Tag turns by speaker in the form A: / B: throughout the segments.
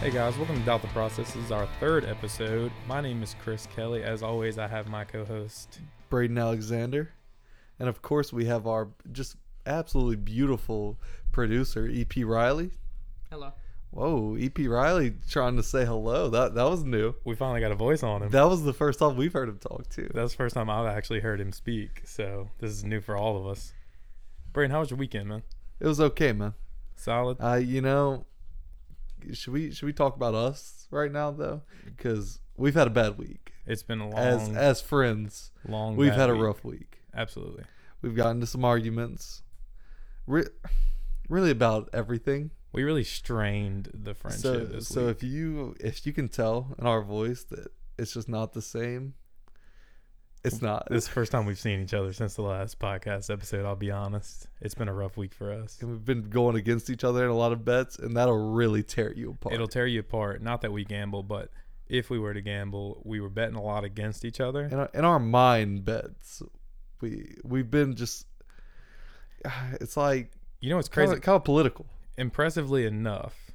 A: Hey guys, welcome to Doubt the Process. This is our third episode. My name is Chris Kelly. As always, I have my co-host.
B: Braden Alexander. And of course, we have our just absolutely beautiful producer, EP Riley.
C: Hello.
B: Whoa, EP Riley trying to say hello. That that was new.
A: We finally got a voice on him.
B: That was the first time we've heard him talk too.
A: That's the first time I've actually heard him speak, so this is new for all of us. Brain, how was your weekend, man?
B: It was okay, man.
A: Solid.
B: Uh, you know, should we should we talk about us right now though? Because we've had a bad week
A: It's been a long,
B: as as friends.
A: long.
B: We've
A: bad
B: had a
A: week.
B: rough week.
A: Absolutely.
B: We've gotten into some arguments. Re- really about everything.
A: We really strained the friendship
B: so,
A: this
B: so
A: week.
B: if you if you can tell in our voice that it's just not the same it's not
A: This is the first time we've seen each other since the last podcast episode. I'll be honest, it's been a rough week for us.
B: and we've been going against each other in a lot of bets and that'll really tear you apart
A: It'll tear you apart. Not that we gamble, but if we were to gamble, we were betting a lot against each other.
B: in, our, in our mind bets we we've been just it's like
A: You know what's
B: crazy
A: crazy?
B: kind of political
A: impressively enough,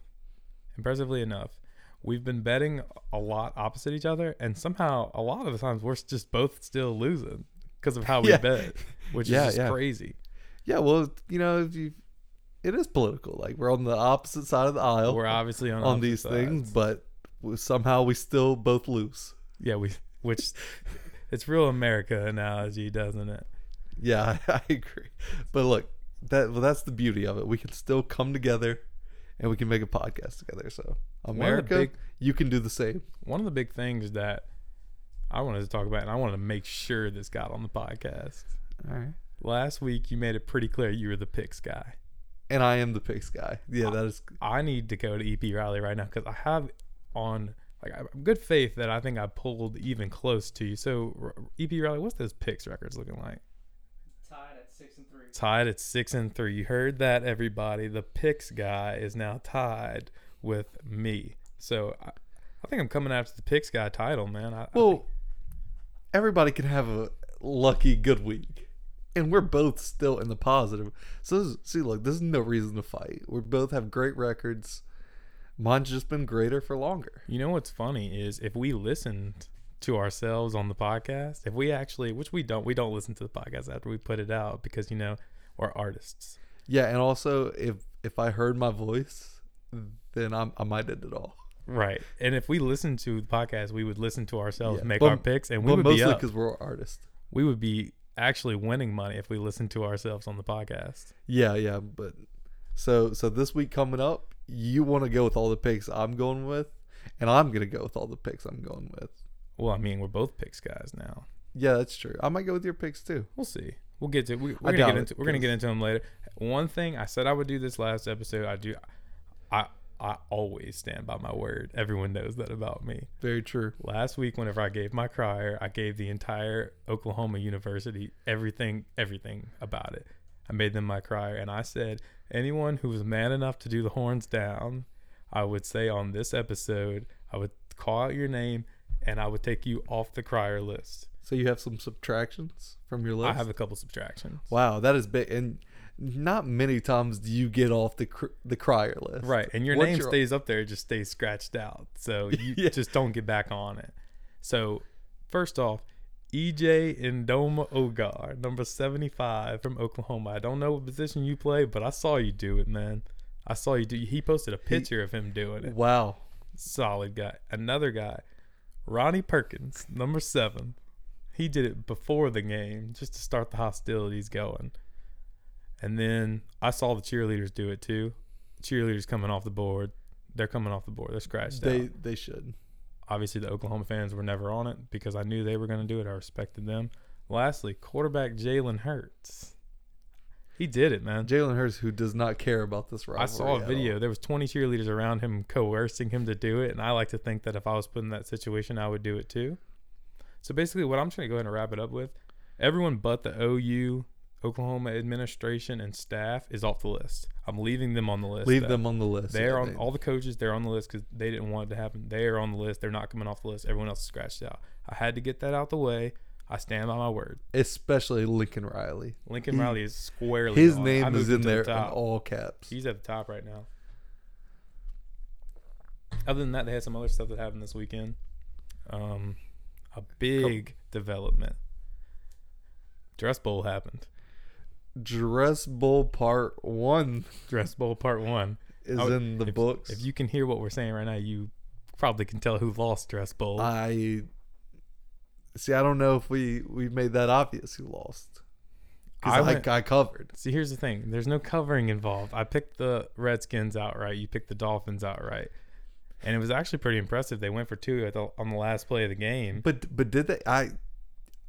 A: impressively enough, we've been betting a lot opposite each other, and somehow a lot of the times we're just both still losing because of how we
B: Yeah.
A: bet, which
B: Yeah,
A: is just
B: yeah.
A: crazy.
B: yeah well you know if you it is political like we're on the opposite side of the aisle
A: We're obviously on,
B: on
A: opposite
B: these things
A: sides.
B: but we- somehow we still both lose
A: yeah, we which it's real America analogy, doesn't it?
B: Yeah, I, I agree. But look, that well, that's the beauty of it. We can still come together, and we can make a podcast together. So
A: of the
B: America,
A: big-
B: you can do the same.
A: One of the big things that I wanted to talk about, and I wanted to make sure this got on the podcast.
B: All right.
A: Last week, you made it pretty clear you were the picks guy.
B: And I am the pigs guy. Yeah, that is.
A: I need to go to EP Rally right now because I have on like I'm good faith that I think I pulled even close to you. So R- EP Rally, what's those picks records looking like?
C: Tied at six and three.
A: Tied at six and three. You heard that, everybody. The picks guy is now tied with me. So I, I think I'm coming after the picks guy title, man. I, I
B: Well, everybody can have a lucky good week, and we're both still in the positive. So this is, see, look, there's no reason to fight. We both have great records. Mine's just been greater for longer.
A: You know what's funny is if we listened to ourselves on the podcast, if we actually, which we don't, we don't listen to the podcast after we put it out because you know we're artists.
B: Yeah, and also if if I heard my voice, then I'm I might end it all.
A: Right. And if we listened to the podcast, we would listen to ourselves
B: Yeah,
A: make
B: but-
A: our picks and we
B: But
A: would be
B: mostly
A: up.
B: because we're artists.
A: we would be actually winning money if we listened to ourselves on the podcast.
B: Yeah, yeah. But so so this week coming up, you want to go with all the picks I'm going with, and I'm gonna go with all the picks I'm going with.
A: Well, I mean, we're both picks guys now.
B: Yeah, that's true. I might go with your picks too.
A: We'll see. We'll get to we,
B: I
A: we're gonna get
B: doubt it,
A: into we're gonna get
B: 'cause-
A: into them later. One thing I said I would do this last episode, I do I I always stand by my word. Everyone knows that about me.
B: Very true.
A: Last week, whenever I gave my crier, I gave the entire Oklahoma University everything, everything about it. I made them my crier, and I said, anyone who was man enough to do the horns down, I would say on this episode, I would call out your name, and I would take you off the crier list.
B: So you have some subtractions from your list.
A: I have a couple subtractions.
B: wow, that is big, and not many times do you get off the cr- the crier list.
A: Right, and your
B: Once
A: name
B: you're-
A: stays up there; it just stays scratched out. So you
B: Yeah.
A: just don't get back on it. So first off, EJ Indoma Ogar, number seventy-five from Oklahoma. I don't know what position you play, but I saw you do it, man. I saw you do. He posted a picture of him doing it.
B: Wow.
A: Solid guy. Another guy, Ronnie Perkins, number seven. He did it before the game just to start the hostilities going. And then I saw the cheerleaders do it too. Cheerleaders coming off the board. They're coming off the board. They're scratched
B: They
A: out.
B: they should.
A: Obviously, the Oklahoma fans were never on it because I knew they were going to do it. I respected them. Lastly, quarterback Jalen Hurts. He did it, man.
B: Jalen Hurts, who does not care about this rivalry.
A: I saw a
B: at
A: video. There was 20 cheerleaders around him coercing him to do it, and I like to think that if I was put in that situation, I would do it too. So basically, what I'm trying to go ahead and wrap it up with, everyone but the OU, Oklahoma administration and staff is off the list. I'm leaving them on the
B: all.
A: list.
B: Leave
A: though.
B: them on the list.
A: They're
B: Yeah,
A: on
B: they-
A: all the coaches. They're on the list because they didn't want it to happen. They are on the list. They're not coming off the list. Everyone else is scratched out. I had to get that out the way. I stand by my word.
B: especially Lincoln Riley.
A: Lincoln
B: He-
A: Riley is squarely.
B: His
A: on. I
B: name
A: moved
B: is
A: him
B: in
A: to the
B: there in
A: top.
B: all caps.
A: He's at the top right now. other than that, they had some other stuff that happened this weekend. Um, a big development. Dress Bowl happened.
B: Dress Bowl Part One
A: Dress Bowl Part One
B: is
A: I would-
B: in the
A: Oh, if-
B: books.
A: If you can hear what we're saying right now, you probably can tell who lost Dress Bowl.
B: Uh, I see. I don't know if we we made that obvious who lost.
A: I
B: Because I,
A: went-
B: I covered.
A: See, here's the thing. There's no covering involved. I picked the Redskins outright. You picked the Dolphins outright, and it was actually pretty impressive. They went for two at the, on the last play of the game.
B: But but did they? I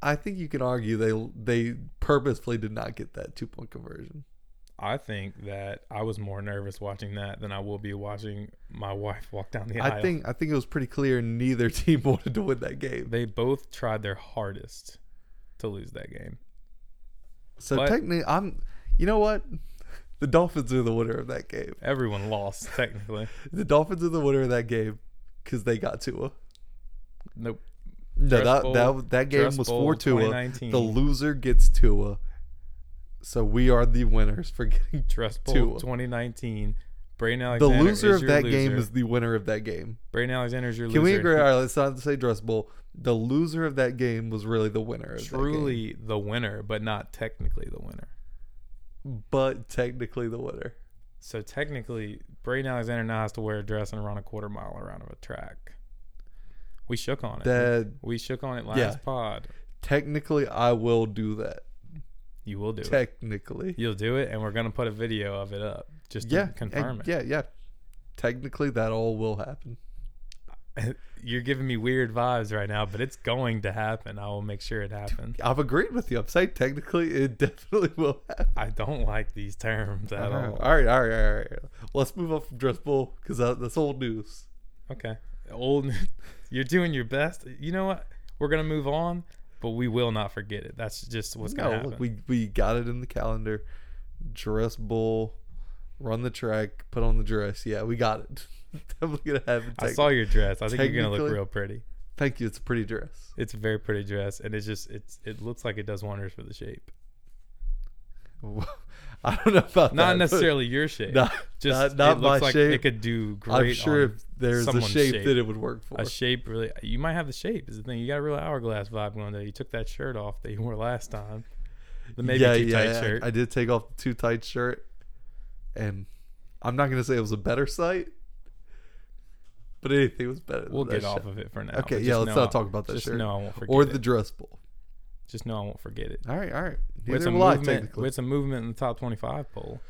B: I think you can argue they they purposefully did not get that two point conversion.
A: I think that I was more nervous watching that than I will be watching my wife walk down the aisle.
B: I think I think it was pretty clear neither team wanted to win that game.
A: they both tried their hardest to lose that game.
B: So
A: But-
B: technically, I'm. You know what? The Dolphins are the winner of that game.
A: Everyone lost technically.
B: The Dolphins are the winner of that game because they got Tua.
A: Nope.
B: No,
A: Dress
B: that
A: Bowl-
B: that that game
A: Dress
B: was
A: Bowl
B: for Tua.
A: 2019.
B: The loser gets Tua. So we are the winners for getting.
A: Dress Bowl
B: Tua.
A: 2019. Brain
B: The
A: Alexander.
B: loser
A: is
B: of
A: your
B: that
A: loser.
B: game is the winner of that game.
A: Brain Alexander is your
B: Can
A: loser.
B: we
A: and
B: agree?
A: he
B: All right, let's not say Dress Bowl. The loser of that game was really the winner. Of That
A: truly the winner, but not technically the winner.
B: game, but technically the winner.
A: So technically, Braden Alexander now has to wear a dress and run a quarter mile around of a track. We shook on it.
B: That
A: we shook on it last
B: Yeah.
A: pod.
B: technically, I will do that.
A: You will do it.
B: Technically,
A: You'll do it, and we're gonna put a video of it up just to
B: yeah,
A: confirm
B: and-
A: it.
B: yeah, yeah. Technically, that all will happen.
A: You're giving me weird vibes right now, but it's going to happen. I will make sure it happens.
B: I've agreed with you. I'm saying technically, it definitely will happen.
A: I don't like these terms at
B: All right,
A: all.
B: all right, all right, all right. Let's move on from Dress Bowl because that's old news.
A: Okay, old. You're doing your best. You know what? We're gonna move on, but we will not forget it. That's just what's gonna
B: no,
A: happen.
B: look, we we got it in the calendar. Dress Bowl, run the track, put on the dress. Yeah, we got it. definitely gonna have it.
A: I saw your dress. I think you're gonna look
B: technically-
A: real pretty.
B: Thank you. It's a pretty dress.
A: It's a very pretty dress, and it's just it's it looks like it does wonders for the shape.
B: I don't know about that,
A: Not
B: but-
A: necessarily your shape.
B: Not,
A: just
B: not, not
A: it
B: my
A: looks like
B: shape.
A: it could do great.
B: I'm sure
A: on
B: if there's a
A: someone's
B: shape,
A: shape.
B: that it would work for.
A: a shape really. You might have the shape is the thing. You got a real hourglass vibe going there. You took that shirt off that you wore last time. The maybe
B: yeah,
A: too
B: yeah.
A: tight
B: I-
A: shirt.
B: I, did take off the too tight shirt, and I'm not gonna say it was a better sight, but anything was better. than
A: we'll
B: that
A: get off
B: shit.
A: of it for now. but
B: Okay,
A: just
B: yeah. Let's
A: know
B: not
A: I-
B: talk about that
A: Just
B: shirt
A: know I won't forget
B: or
A: it.
B: the dress bowl.
A: Just know I won't forget it.
B: All right, all right.
A: With
B: Neither
A: some
B: will I,
A: movement,
B: technically.
A: with some movement in the top twenty-five poll.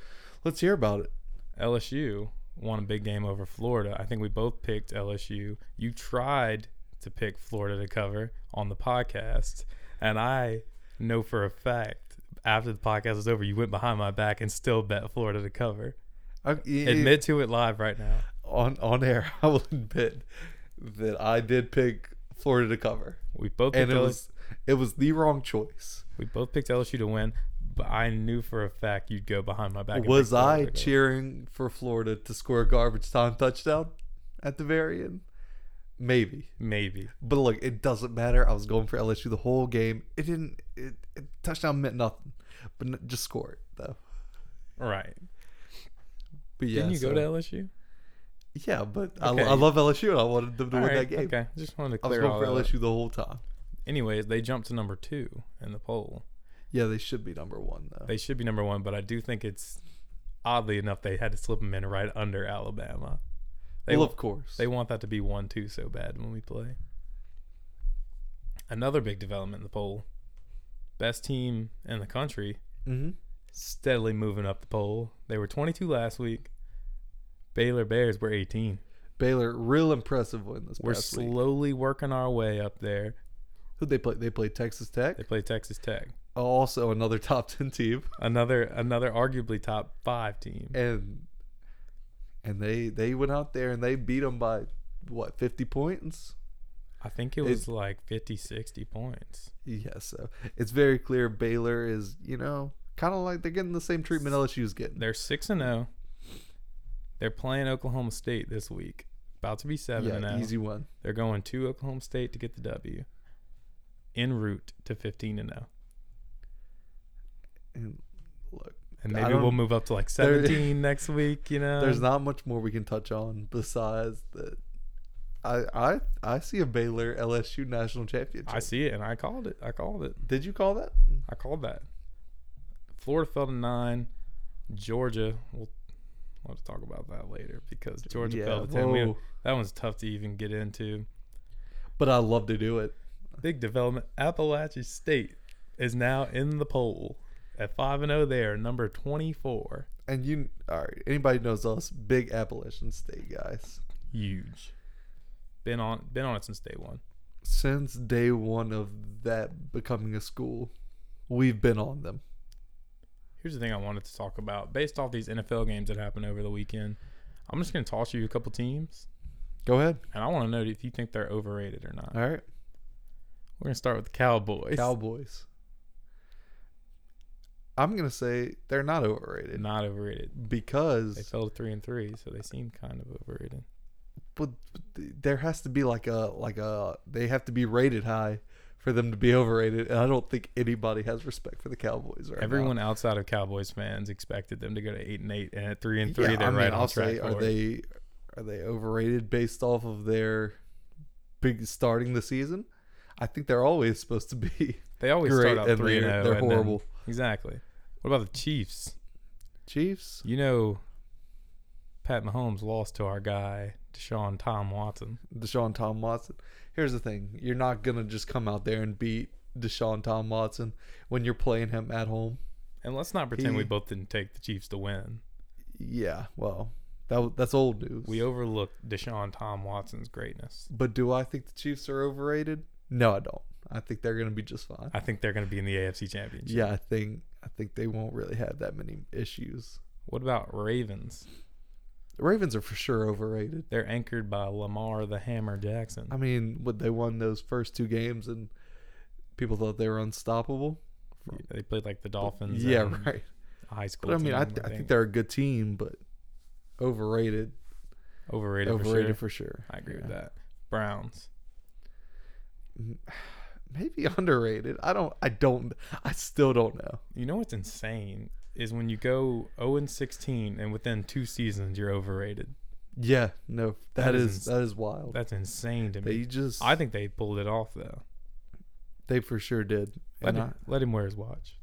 B: Let's hear about it.
A: LSU won a big game over Florida. I think we both picked LSU. You tried to pick Florida to cover on the podcast, and I know for a fact after the podcast was over, you went behind my back and still bet Florida to cover.
B: I,
A: Admit to it live right now.
B: on on air. I will admit that I did pick Florida to cover,
A: We both picked
B: and it
A: LSU,
B: was it was the wrong choice.
A: we both picked LSU to win, but I knew for a fact you'd go behind my back. and pick
B: was
A: Florida
B: I
A: to cover.
B: cheering for Florida to score a garbage time touchdown at the very end? Maybe,
A: Maybe.
B: but look, it doesn't matter. I was going for LSU the whole game. It didn't. It, it touchdown meant nothing, but n- just score it though.
A: All right.
B: But yeah,
A: Didn't you
B: so-
A: go to LSU?
B: yeah, but I,
A: Okay.
B: I love LSU. and I wanted them to
A: All
B: win
A: right,
B: that game.
A: Okay. Just wanted to
B: I was
A: clear all
B: going for
A: that up.
B: LSU the whole time.
A: Anyways, they jumped to number two in the poll.
B: Yeah, they should be number one though.
A: They should be number one, but I do think it's oddly enough they had to slip them in right under Alabama. They
B: well, of course.
A: they want that to be one two so bad when we play. Another big development in the poll. Best team in the country
B: mm-hmm.
A: steadily moving up the poll. They were 22 last week. Baylor Bears were 18.
B: Baylor, real impressive win this
A: We're
B: past week.
A: slowly working our way up there.
B: Who they play? They played Texas Tech, uh,
A: They play Texas Tech,
B: also another top ten team,
A: another another arguably top five team.
B: and and they they went out there and they beat them by what fifty points.
A: I think it
B: It-
A: was like 50, 60 points.
B: Yeah, so it's very clear Baylor is you know kind of like they're getting the same treatment LSU's getting.
A: They're six and zero. They're playing Oklahoma State this week. About to be seven and
B: Yeah,
A: zero.
B: easy one.
A: They're going to Oklahoma State to get the W. En route to fifteen and oh. zero,
B: And look,
A: and
B: I
A: maybe we'll
B: don't-
A: move up to like
B: there- Um,
A: seventeen next week. You know,
B: there's not much more we can touch on besides that I I I see a Baylor LSU national championship.
A: I see it, and I called it. I called it.
B: Did you call that?
A: I called that. Florida fell to nine. Georgia, we'll, we'll have to talk about that later because Georgia
B: Yeah,
A: fell to ten. We don't-
B: whoa.
A: that one's tough to even get into.
B: But I love to do it.
A: Big development. Appalachian State is now in the poll at five and zero. They are number twenty four.
B: And you, all right. Anybody who knows us, big Appalachian State guys.
A: Huge. Been on been on it since day one.
B: Since day one of that becoming a school, we've been on them.
A: Here's the thing I wanted to talk about based off these NFL games that happened over the weekend. I'm just gonna toss you a couple teams,
B: Go ahead.
A: and I want to know if you think they're overrated or not.
B: All right.
A: We're gonna start with the Cowboys.
B: Cowboys. I'm gonna say they're not overrated
A: not overrated. They
B: because
A: fell to three and three, so they seem kind of overrated.
B: but there has to be like a like a they have to be rated high for them to be overrated, and I don't think anybody has respect for the Cowboys right now.
A: Everyone outside of Cowboys fans expected them to go to eight and eight, and at three and three,
B: Yeah,
A: they're
B: I mean,
A: right
B: I'll
A: on track.
B: say, are
A: for it.
B: they are they overrated based off of their big starting the season? I think they're always supposed to be
A: They always
B: great,
A: start out
B: and
A: three and
B: they're,
A: zero.
B: they're
A: and then-
B: horrible.
A: exactly. What about the Chiefs?
B: Chiefs.
A: You know, Pat Mahomes lost to our guy Deshaun Tom Watson.
B: Deshaun Tom Watson. Here's the thing: you're not gonna just come out there and beat Deshaun Tom Watson when you're playing him at home.
A: And let's not pretend we
B: He-
A: both didn't take the Chiefs to win.
B: Yeah, well, that w- that's old news.
A: We overlooked Deshaun Tom Watson's greatness.
B: but do I think the Chiefs are overrated? No, I don't. I think they're gonna be just fine.
A: I think they're going to be in the AFC Championship.
B: yeah, I think I think they won't really have that many issues.
A: What about Ravens?
B: The Ravens are for sure overrated.
A: They're anchored by Lamar the Hammer Jackson.
B: I mean, would they won those first two games and people thought they were unstoppable?
A: They played like the Dolphins.
B: Yeah,
A: and
B: right.
A: a High school.
B: But I mean, I,
A: team,
B: th- I think they're a good team, but overrated.
A: overrated.
B: overrated
A: For sure.
B: for sure.
A: I agree
B: Yeah.
A: with that. Browns.
B: Maybe underrated. I don't. I don't. I still don't know.
A: You know what's insane is when you go 0 and 16, and within two seasons you're overrated.
B: Yeah. No.
A: That
B: that
A: is
B: is,
A: ins-
B: that is wild.
A: That's insane to me.
B: they just.
A: I think they pulled it off though.
B: they for sure did.
A: Let
B: And
A: him,
B: I-
A: let him wear his watch.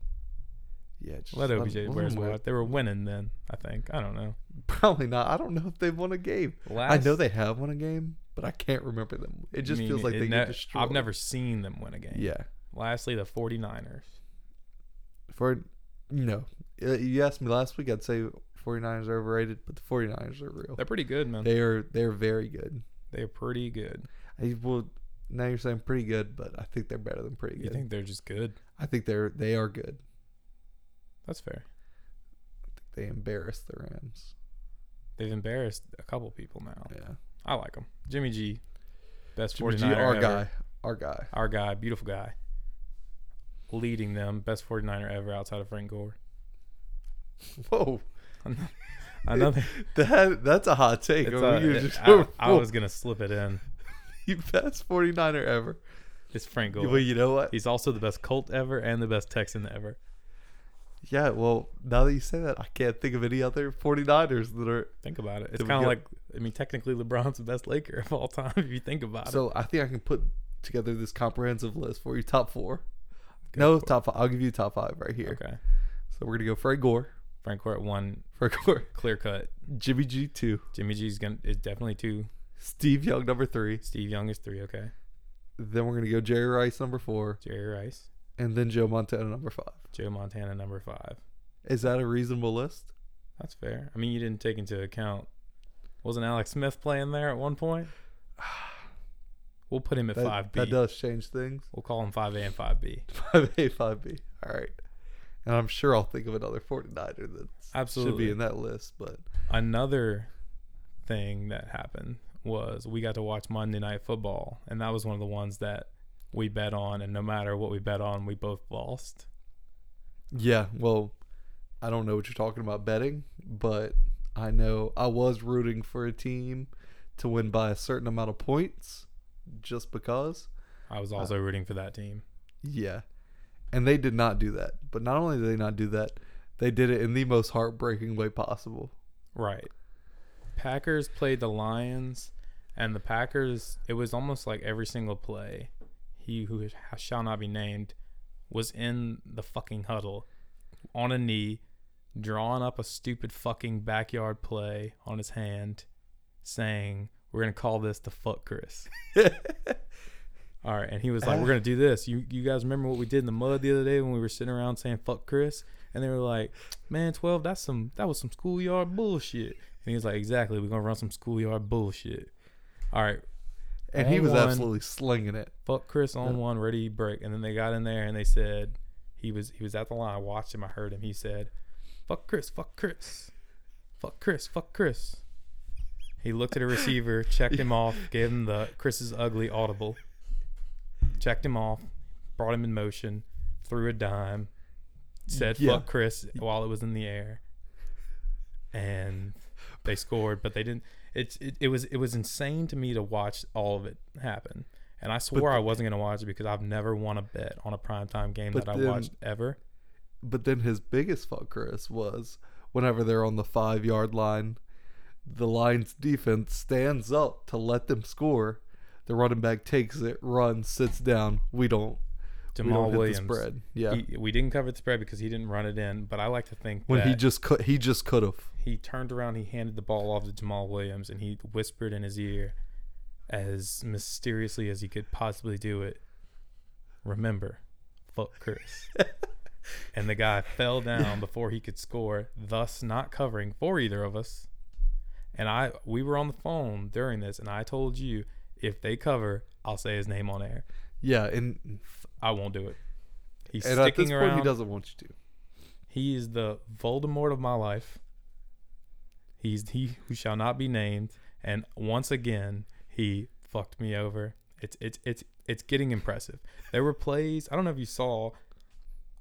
B: yeah. Just
A: Let OBJ
B: them-
A: wear his
B: them wear-
A: watch. They were winning then. I think. I don't know.
B: Probably not. I don't know if they've won a game.
A: Last,
B: I know they have won a game, but I can't remember them. It just
A: I mean,
B: feels like
A: it
B: they
A: ne-
B: get destroyed.
A: I've never seen them win a game.
B: Yeah.
A: Lastly, the 49ers.
B: For no. Uh, You asked me last week. I'd say 49ers are overrated, but the 49ers are real.
A: They're pretty good, man.
B: They are. They're very good.
A: They're pretty good.
B: I, well, now you're saying pretty good, but I think they're better than pretty
A: You
B: good.
A: think they're just good?
B: I think they're they are good.
A: That's fair.
B: They embarrassed the Rams.
A: They've embarrassed a couple people now.
B: Yeah,
A: I like him. Jimmy G, best
B: Jimmy
A: 49er
B: G, our
A: ever.
B: guy, our guy.
A: Our guy, beautiful guy. Leading them, best 49er ever outside of Frank Gore.
B: Whoa,
A: Another.
B: that that's a hot take.
A: it's
B: I mean, you
A: a-
B: just-
A: I- I was going to slip it in.
B: the best 49er ever.
A: It's Frank
B: Well,
A: Gore.
B: you know what?
A: He's also the best Colt ever and the best Texan ever.
B: Yeah. Well, now that you say that, I can't think of any other 49ers that are.
A: Think about it. It's
B: Did we
A: kind of
B: get-
A: like, I mean, technically LeBron's the best Laker of all time if you think about it.
B: So I think I can put together this comprehensive list for you. Top four. no, top five. I'll give you top five right here.
A: Okay.
B: So we're gonna go Frank Gore,
A: Frank Gore at one,
B: Frank Gore,
A: clear cut.
B: Jimmy G two,
A: Jimmy G's gonna is definitely two.
B: Steve Young number three.
A: Steve Young is three. Okay.
B: Then we're gonna go Jerry Rice number four,
A: Jerry Rice,
B: and then Joe Montana number five.
A: Joe Montana, number five.
B: Is that a reasonable list?
A: That's fair. I mean, you didn't take into account. Wasn't Alex Smith playing there at one point? We'll put him at
B: That,
A: five B.
B: that does change things.
A: We'll call him five A and five B.
B: Five A, five B. All right. And I'm sure I'll think of another 49er that should
A: Absolutely.
B: be in that list, but
A: Another thing that happened was we got to watch Monday Night Football, and that was one of the ones that we bet on, and no matter what we bet on, we both lost.
B: yeah, well, I don't know what you're talking about betting, but I know I was rooting for a team to win by a certain amount of points just because.
A: I was also rooting for that team.
B: Yeah. And they did not do that. But not only did they not do that, they did it in the most heartbreaking way possible.
A: Right. Packers played the Lions And the Packers, it was almost like every single play, he who is- shall not be named was in the fucking huddle on a knee, drawing up a stupid fucking backyard play on his hand, saying, We're going to call this the fuck Chris. All right. And he was like, We're going to do this. You, you guys remember what we did in the mud the other day when we were sitting around saying fuck Chris? And they were like, Man, 12, that's some, that was some schoolyard bullshit. And he was like, Exactly. We're going to run some schoolyard bullshit. All right.
B: and he
A: on
B: was
A: one-
B: absolutely slinging it.
A: fuck Chris on one, ready break. And then they got in there and they said he was he was at the line. I watched him. I heard him. He said, "Fuck Chris, fuck Chris, fuck Chris, fuck Chris." He looked at a receiver, checked him off, gave him the Chris is ugly audible, checked him off, brought him in motion, threw a dime, said
B: Yeah.
A: "fuck Chris" while it was in the air, and they scored, but they didn't. It's it, it was it was insane to me to watch all of it happen, and I swore I wasn't gonna watch it because I've never won a bet on a primetime game
B: But
A: that I
B: then-
A: watched ever.
B: But then his biggest fuck Chris was whenever they're on the five yard line, the Lions defense stands up to let them score. The running back takes it, runs, sits down. We don't. we
A: Jamal
B: don't
A: Williams,
B: hit the spread. Yeah.
A: He- we didn't cover the spread because he didn't run it in, but I like to think
B: when
A: that
B: he just could, he just could have.
A: he turned around, he handed the ball off to Jamal Williams, and he whispered in his ear as mysteriously as he could possibly do it. Remember, fuck Chris. and the guy fell down before he could score, thus not covering for either of us. And I we were on the phone during this, and I told you if they cover, I'll say his name on air.
B: Yeah, and
A: I won't do it. He's
B: and at
A: sticking
B: this
A: around.
B: point he doesn't want you to.
A: He is the Voldemort of my life. He's he who shall not be named, and once again he fucked me over. It's it's it's it's getting impressive. There were plays I don't know if you saw.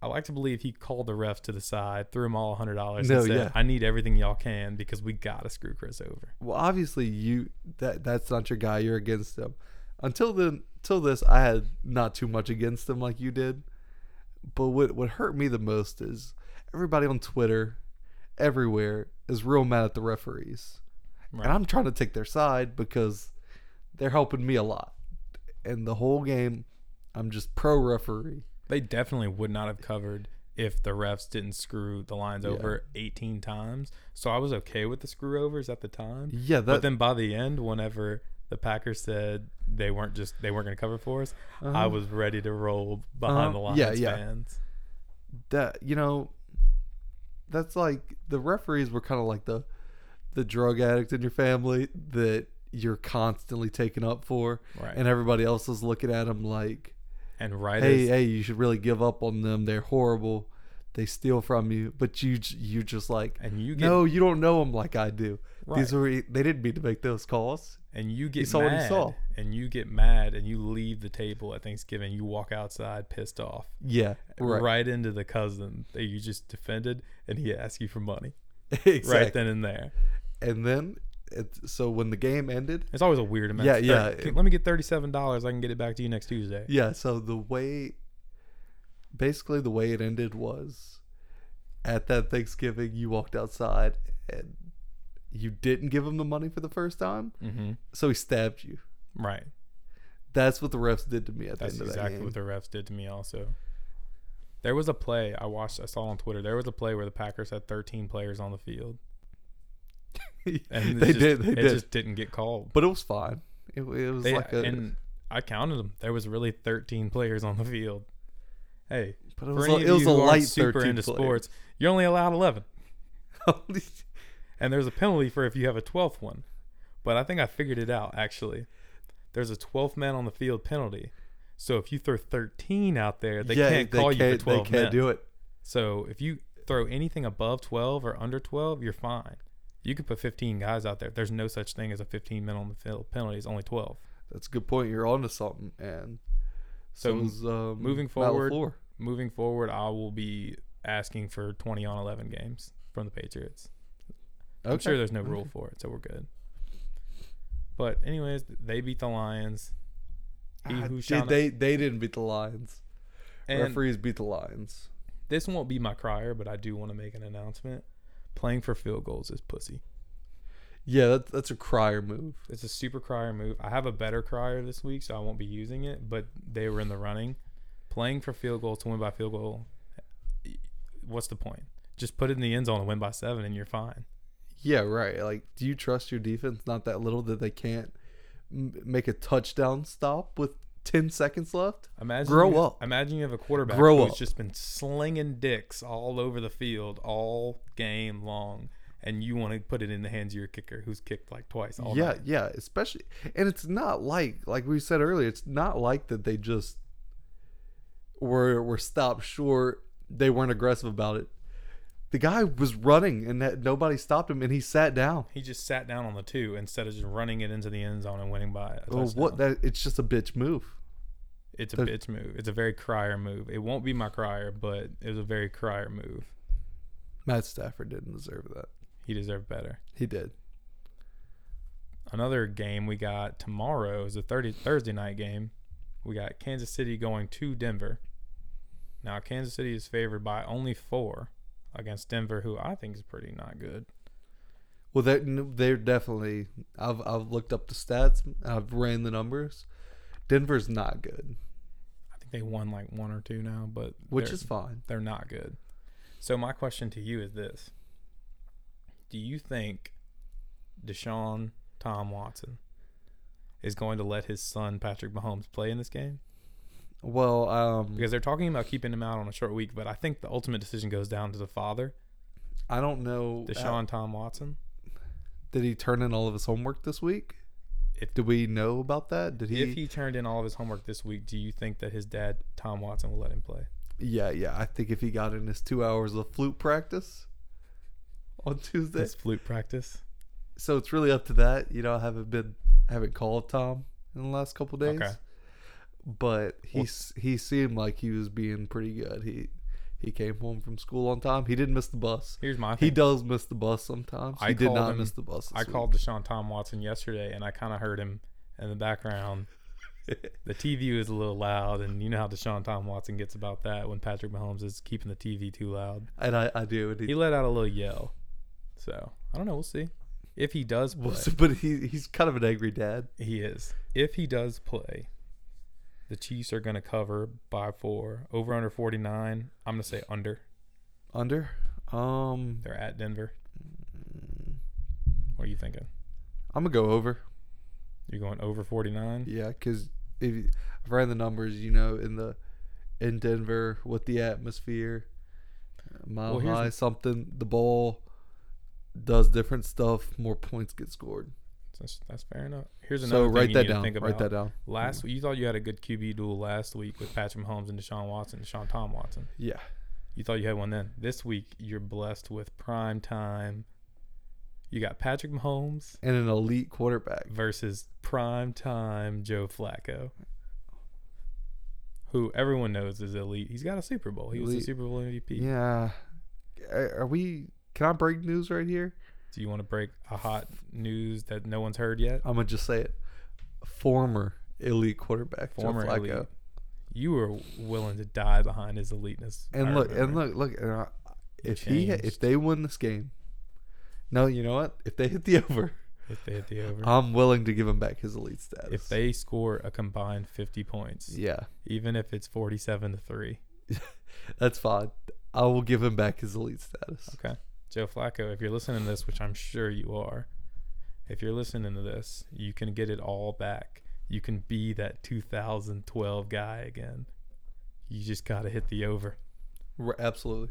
A: I like to believe he called the refs to the side, threw them all hundred dollars,
B: No,
A: and said,
B: yeah.
A: "I need everything y'all can because we gotta screw Chris over."
B: Well, obviously you that that's not your guy. You're against him. Until then, till this, I had not too much against him like you did. But what what hurt me the most is everybody on Twitter, everywhere, is real mad at the referees,
A: Right.
B: and I'm trying to take their side because they're helping me a lot. And the whole game, I'm just pro referee.
A: They definitely would not have covered if the refs didn't screw the lines over 18 times. So I was okay with the screw overs at the time.
B: Yeah, that,
A: but then by the end, whenever the Packers said they weren't just they weren't going to cover for us, I was ready to roll behind
B: Uh-huh.
A: the Lions
B: Yeah, yeah.
A: fans.
B: that you know that's like the referees were kind of like the the drug addict in your family that you're constantly taking up for
A: Right.
B: and everybody else is looking at them like
A: And right
B: hey
A: as
B: hey you should really give up on them they're horrible they steal from you but you j- you just like
A: and you get
B: no you don't know them like i do
A: Right.
B: these were e, they didn't mean to make those calls
A: and you get
B: saw what
A: mad
B: he saw.
A: and you get mad and you leave the table at Thanksgiving. You walk outside pissed off,
B: yeah
A: right,
B: right,
A: into the cousin that you just defended, and he asked you for money
B: exactly
A: right then and there.
B: and then it, so when the game ended
A: It's always a weird amount.
B: Yeah,
A: It's
B: yeah.
A: thirty- Let me get thirty-seven dollars. I can get it back to you next Tuesday.
B: Yeah, so the way basically the way it ended was at that Thanksgiving you walked outside and you didn't give him the money for the first time,
A: hmm
B: so he stabbed you.
A: Right.
B: That's what the refs did to me at
A: That's
B: the end
A: exactly
B: of
A: what
B: that
A: the refs did to me. Also, there was a play I watched. I saw on Twitter. There was a play where the Packers had 13 players on the field,
B: game.
A: and it
B: they
A: just,
B: did, they
A: it
B: did.
A: just didn't get called.
B: but it was fine. It, it was
A: They,
B: like a
A: and I counted them. There was really 13 players on the field. Hey,
B: but it
A: for
B: was,
A: any
B: a,
A: of
B: it was
A: you
B: a
A: who aren't
B: light
A: super
B: 13
A: into
B: play. Oh,
A: sports, you're only allowed 11, and there's a penalty for if you have a 12th one. But I think I figured it out actually. There's a 12th man on the field penalty. So if you throw 13 out there, they
B: yeah,
A: can't
B: they
A: call you
B: can't-
A: for 12
B: They can't
A: men.
B: do it.
A: So if you throw anything above 12 or under 12, you're fine. You could put 15 guys out there. There's no such thing as a 15 men on the field penalty. It's only 12.
B: That's a good point. You're onto something. And so,
A: So
B: was, um,
A: moving
B: Matt
A: forward-
B: LaFleur.
A: Moving forward, I will be asking for 20 on 11 games from the Patriots. I'm
B: Okay.
A: sure there's no rule for it, so we're good. But anyways, they beat the Lions. He
B: Ah,
A: who
B: dude,
A: shall not-
B: they they didn't beat the Lions.
A: And
B: Referees beat the Lions.
A: this won't be my crier, but I do want to make an announcement. Playing for field goals is pussy.
B: Yeah, that, that's a crier move.
A: It's a super crier move. I have a better crier this week, so I won't be using it, but they were in the running. Playing for field goal to win by field goal, what's the point? Just put it in the end zone and win by seven, and you're fine.
B: Yeah, right. Like, do you trust your defense not that little that they can't m- make a touchdown stop with 10 seconds left?
A: Imagine
B: Grow
A: you,
B: up.
A: Imagine you have a quarterback
B: Grow
A: who's
B: up.
A: just been slinging dicks all over the field all game long, and you want to put it in the hands of your kicker, who's kicked like twice all
B: yeah,
A: night.
B: yeah, especially and it's not like like we said earlier, it's not like that they just were were stopped short. They weren't aggressive about it. The guy was running and that nobody stopped him and he sat down.
A: He just sat down on the two instead of just running it into the end zone and winning by. A
B: Oh, what
A: touchdown.
B: that it's just a bitch move.
A: It's a
B: the-
A: bitch move. It's a very crier move. It won't be my crier, but it was a very crier move.
B: Matt Stafford didn't deserve that.
A: He deserved better.
B: He did.
A: Another game we got tomorrow is a 30, Thursday night game. We got Kansas City going to Denver. Now, Kansas City is favored by only four against Denver, who I think is pretty not good.
B: Well, they're, they're definitely. I've I've looked up the stats. I've ran the numbers. Denver's not good,
A: I think they won like one or two now, but
B: which
A: they're-
B: is fine.
A: they're not good. So my question to you is this: Do you think Deshaun Tom Watson is going to let his son Patrick Mahomes play in this game?
B: Well, um,
A: Because they're talking about keeping him out on a short week, but I think the ultimate decision goes down to the father,
B: I don't know. uh,
A: Deshaun Tom Watson.
B: did he turn in all of his homework this week?
A: If-
B: Do we know about that? Did he,
A: if he turned in all of his homework this week, do you think that his dad Tom Watson will let him play?
B: Yeah, yeah. I think if he got in his two hours of flute practice on Tuesday,
A: This flute practice.
B: so it's really up to that. You know, I haven't been haven't called Tom in the last couple days.
A: Okay.
B: But he s he seemed like he was being pretty good. He he came home from school on time. He didn't miss the bus.
A: Here's my
B: He
A: thing.
B: does miss the bus sometimes.
A: I
B: he did
A: called
B: not
A: him-
B: miss the bus. This
A: I
B: week.
A: called Deshaun Tom Watson yesterday, and I kind of heard him in the background. the TV was a little loud, and you know how Deshaun Tom Watson gets about that when Patrick Mahomes is keeping the TV too loud.
B: and I, I do. And he,
A: He let out a little yell. So I don't know. We'll see if he does play.
B: well, so- but he he's kind of an angry dad.
A: He is. If he does play, the Chiefs are going to cover by four. Over under forty nine. I'm going to say under.
B: Under, um,
A: They're at Denver. What are you thinking?
B: I'm gonna go over.
A: You're going over forty nine.
B: Yeah, because if you, I ran the numbers, you know, in the in Denver with the atmosphere, uh, mile
A: Well, here's
B: high,
A: the-
B: something the ball does different stuff. More points get scored.
A: That's, that's fair enough. Here's another
B: So
A: thing
B: write
A: you
B: that
A: need to
B: down.
A: think
B: Write
A: about.
B: that down.
A: Last week, you thought you had a good QB duel last week with Patrick Mahomes and Deshaun Watson, Deshaun Tom Watson.
B: Yeah,
A: You thought you had one then. This week, you're blessed with prime time. You got Patrick Mahomes
B: and an elite quarterback.
A: versus prime time Joe Flacco, who everyone knows is elite. He's got a Super Bowl. He was the
B: Elite.
A: Super Bowl MVP.
B: Yeah, are, are we? Can I break news right here?
A: Do you want to break a hot news that no one's heard yet?
B: I'm gonna just say it. Former elite quarterback
A: Former
B: Joe Flacco.
A: elite. You were willing to die behind his eliteness. I
B: And look, and
A: remember.
B: look, look. And I,
A: You
B: if he,
A: changed.
B: if they win this game, no, you know what? If they hit the over,
A: If they hit the over.
B: I'm willing to give him back his elite status.
A: if they score a combined 50 points,
B: yeah,
A: even if it's 47 to 3.
B: that's fine. I will give him back his elite status.
A: Okay. Joe Flacco, if you're listening to this, which I'm sure you are, if you're listening to this, you can get it all back. You can be that 2012 guy again. You just got to hit the over.
B: R- Absolutely.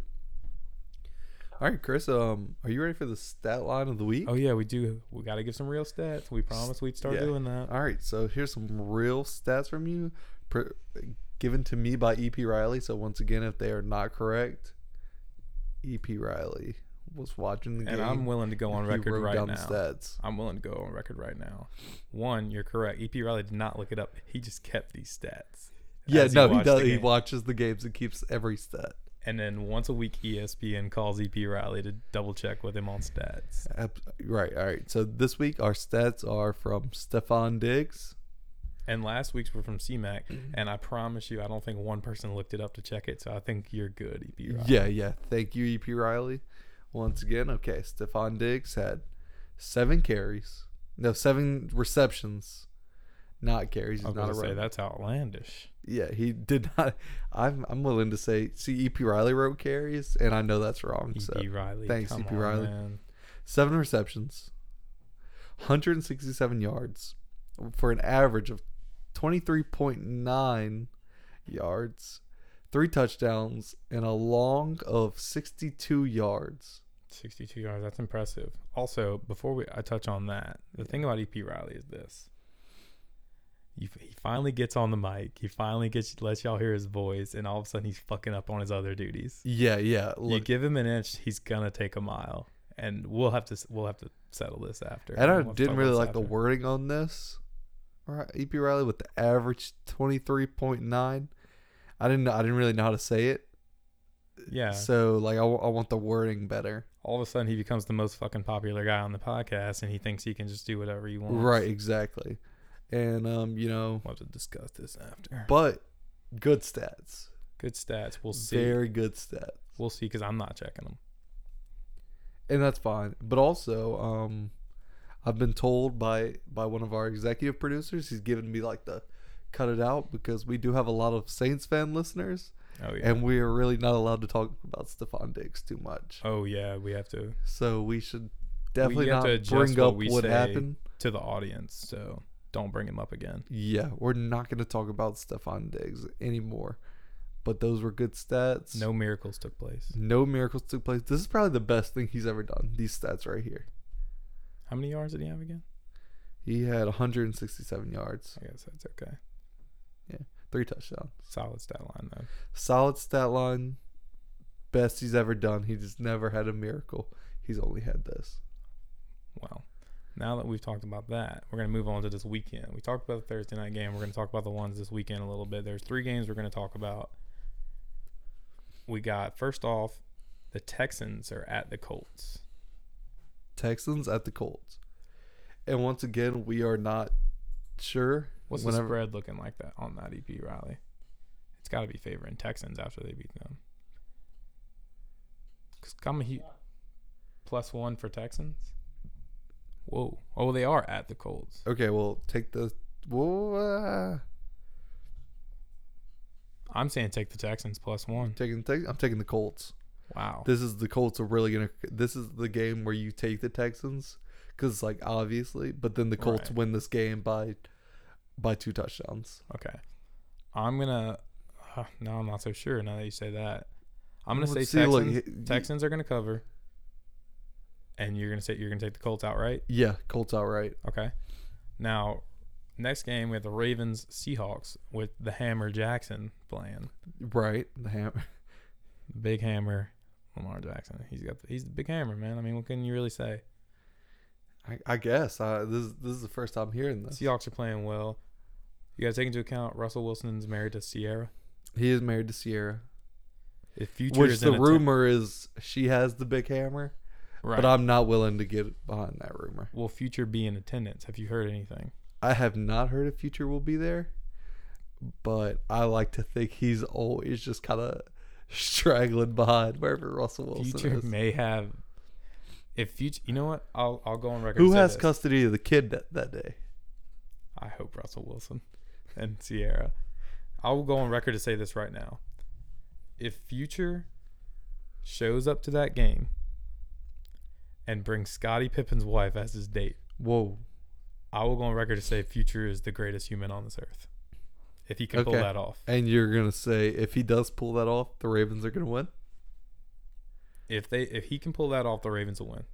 B: All right, Chris. Um, are you ready for the stat line of the week?
A: Oh, yeah, we do. We got to give some real stats. We promised we'd start
B: Yeah.
A: doing that.
B: All right. So here's some real stats from you, pr- given to me by EP Riley. So once again, if they are not correct, EP Riley was watching the
A: And
B: game.
A: I'm willing to go on
B: He
A: record
B: wrote
A: right
B: down the
A: now.
B: stats.
A: I'm willing to go on record right now. One, you're correct. EP Riley did not look it up. He just kept these stats.
B: Yeah,
A: as
B: no, he
A: watched the
B: does. He
A: game.
B: watches the games and keeps every stat.
A: And then once a week, E ESPN calls EP Riley to double check with him on stats.
B: Ab- Right, all right. So this week our stats are from Stefan Diggs.
A: And last week's were from CMAC,
B: Mm-hmm.
A: and I promise you, I don't think one person looked it up to check it. So I think you're good, EP Riley.
B: E Yeah, yeah. Thank you, EP Riley. Once again, okay. Stefan Diggs had seven carries, no seven receptions, not carries. He's
A: I'm
B: not
A: gonna
B: a
A: say
B: runner.
A: that's outlandish. E
B: Yeah, he did not. I'm I'm willing to say. See, E.P. Riley wrote carries, and I know that's wrong.
A: E.P.
B: So
A: Riley,
B: thanks,
A: come
B: E.P.
A: on,
B: Riley.
A: man.
B: seven receptions, 167 yards, for an average of 23.9 yards, three touchdowns, and a long of 62 yards.
A: 62 yards. That's impressive. Also, before we I touch on that, the thing about EP Riley is this: you, he finally gets on the mic. He finally gets lets y'all hear his voice, and all of a sudden he's fucking up on his other duties.
B: Yeah, yeah.
A: You
B: Look,
A: give him an inch, he's gonna take a mile, and we'll have to s- we'll have to settle this after.
B: and I
A: We'll have to
B: didn't
A: talk
B: really
A: about
B: like
A: this
B: the
A: after.
B: wording on this. Right, E.P. Riley with the average 23.9. I didn't. I didn't really know how to say it.
A: Yeah.
B: So like, I wa- I want the wording better.
A: all of a sudden he becomes the most fucking popular guy on the podcast, and he thinks he can just do whatever he wants.
B: Right, exactly. And um, you know,
A: We'll have to discuss this after.
B: but good stats.
A: Good stats. We'll see.
B: Very good stats.
A: We'll see because I'm not checking them.
B: And that's fine. But also, um I've been told by by one of our executive producers, he's given me like the cut it out because we do have a lot of Saints fan listeners
A: Oh yeah.
B: and we are really not allowed to talk about Stefan Diggs too much.
A: oh yeah. We have to.
B: So we should definitely
A: have
B: not
A: to adjust
B: bring
A: what
B: up
A: we
B: what
A: say.
B: happened.
A: to the audience. So don't bring him up again.
B: Yeah, we're not going to talk about Stefan Diggs anymore. But those were good stats.
A: No miracles took place.
B: No miracles took place. This is probably the best thing he's ever done. These stats right here.
A: How many yards did he have again?
B: He had 167 yards,
A: I guess that's okay.
B: three touchdowns.
A: Solid stat line though.
B: Solid stat line. Best he's ever done. He just never had a miracle. He's only had this.
A: Well, now that we've talked about that, we're gonna move on to this weekend. We talked about the Thursday night game. We're gonna talk about the ones this weekend a little bit. There's three games we're gonna talk about. We got first off, the Texans are at the Colts.
B: Texans at the Colts. And once again, we are not sure.
A: What's
B: Whenever-
A: the spread looking like that on that EP rally? It's got to be favoring Texans after they beat them. Cause I'm a hu- plus one for Texans. Whoa! Oh, they are at the Colts.
B: Okay, well, take the. Whoa, uh,
A: I'm saying take the Texans plus one.
B: taking, take, I'm taking the Colts.
A: Wow.
B: This is the Colts are really gonna. This is the game where you take the Texans because, like, obviously, but then the Colts
A: Right.
B: win this game by by two touchdowns.
A: Okay. I'm gonna. Uh, no, I'm not so sure. Now that you say that, I'm gonna say
B: Let's see, look,
A: Texans.
B: he- he-
A: Texans are gonna cover. And you're gonna say you're gonna take the Colts outright.
B: Yeah, Colts outright.
A: Okay. Now, next game we have the Ravens Seahawks with the Hammer Jackson playing.
B: Right, the ham.
A: The big hammer, Lamar Jackson. He's got the, he's the big hammer, man. I mean, what can you really say?
B: I, I guess uh, this is- this is the first time hearing this.
A: Seahawks are playing well. You gotta take into account Russell Wilson's married to Sierra.
B: He is married to Sierra,
A: If future
B: which
A: is
B: the
A: in atten-
B: rumor is she has the big hammer,
A: right?
B: but I'm not willing to get behind that rumor.
A: Will future be in attendance? Have you heard anything?
B: I have not heard if Future will be there, but I like to think he's always just kind of straggling behind wherever Russell Wilson
A: Future
B: is.
A: may have. If future, you know what? I'll I'll go on record.
B: Who
A: and say
B: has
A: this.
B: custody of the kid that, that day?
A: I hope Russell Wilson and Sierra. I will go on record to say this right now. If Future shows up to that game and brings Scottie Pippen's wife as his date,
B: Whoa.
A: I will go on record to say Future is the greatest human on this earth. If he can pull
B: Okay.
A: that off.
B: And you're gonna say if he does pull that off, the Ravens are gonna win?
A: If they if he can pull that off, the Ravens will win.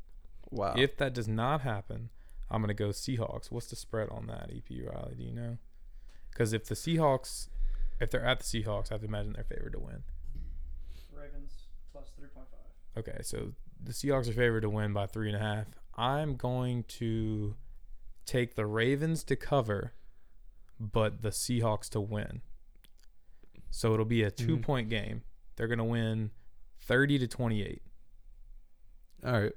B: Wow.
A: If that does not happen, I'm gonna go Seahawks. What's the spread on that, EP Riley? Do you know? Because if the Seahawks if they're at the Seahawks, I have to imagine they're favored to win.
C: Ravens plus 3.5.
A: Okay, so the Seahawks are favored to win by three and a half. I'm going to take the Ravens to cover, but the Seahawks to win. So it'll be a
B: Mm-hmm.
A: two point game. They're going to win 30 to 28.
B: All right.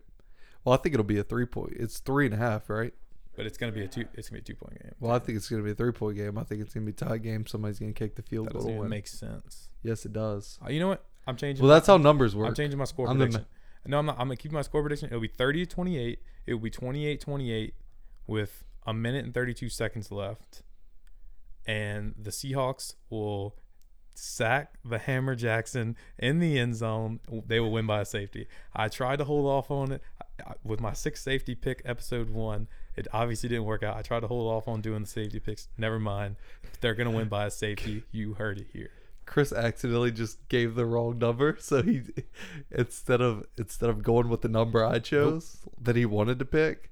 B: Well, I think it'll be a three point. It's three and a half, right?
A: But it's going to be a two it's going to be a two point game.
B: Well, I think it's gonna be a three point game. I think it's gonna be a tie game. Somebody's gonna kick the field
A: that
B: goal
A: doesn't
B: to
A: even
B: win.
A: make sense.
B: yes, it does.
A: Uh, you know what? I'm changing
B: Well, that's how numbers
A: I'm
B: work.
A: changing my score
B: I'm the
A: prediction. No, I'm not. I'm gonna keep my score prediction. It'll be 30 to 28. It will be 28 28 with a minute and 32 seconds left, and the Seahawks will sack the Hammer Jackson in the end zone. They will win by a safety. I tried to hold off on it I- I- with my sixth safety pick, episode one. It obviously didn't work out. I tried to hold off on doing the safety picks. Never mind. They're gonna win by a safety. You heard it here.
B: Chris accidentally just gave the wrong number, so he instead of instead of going with the number I chose that he wanted to pick,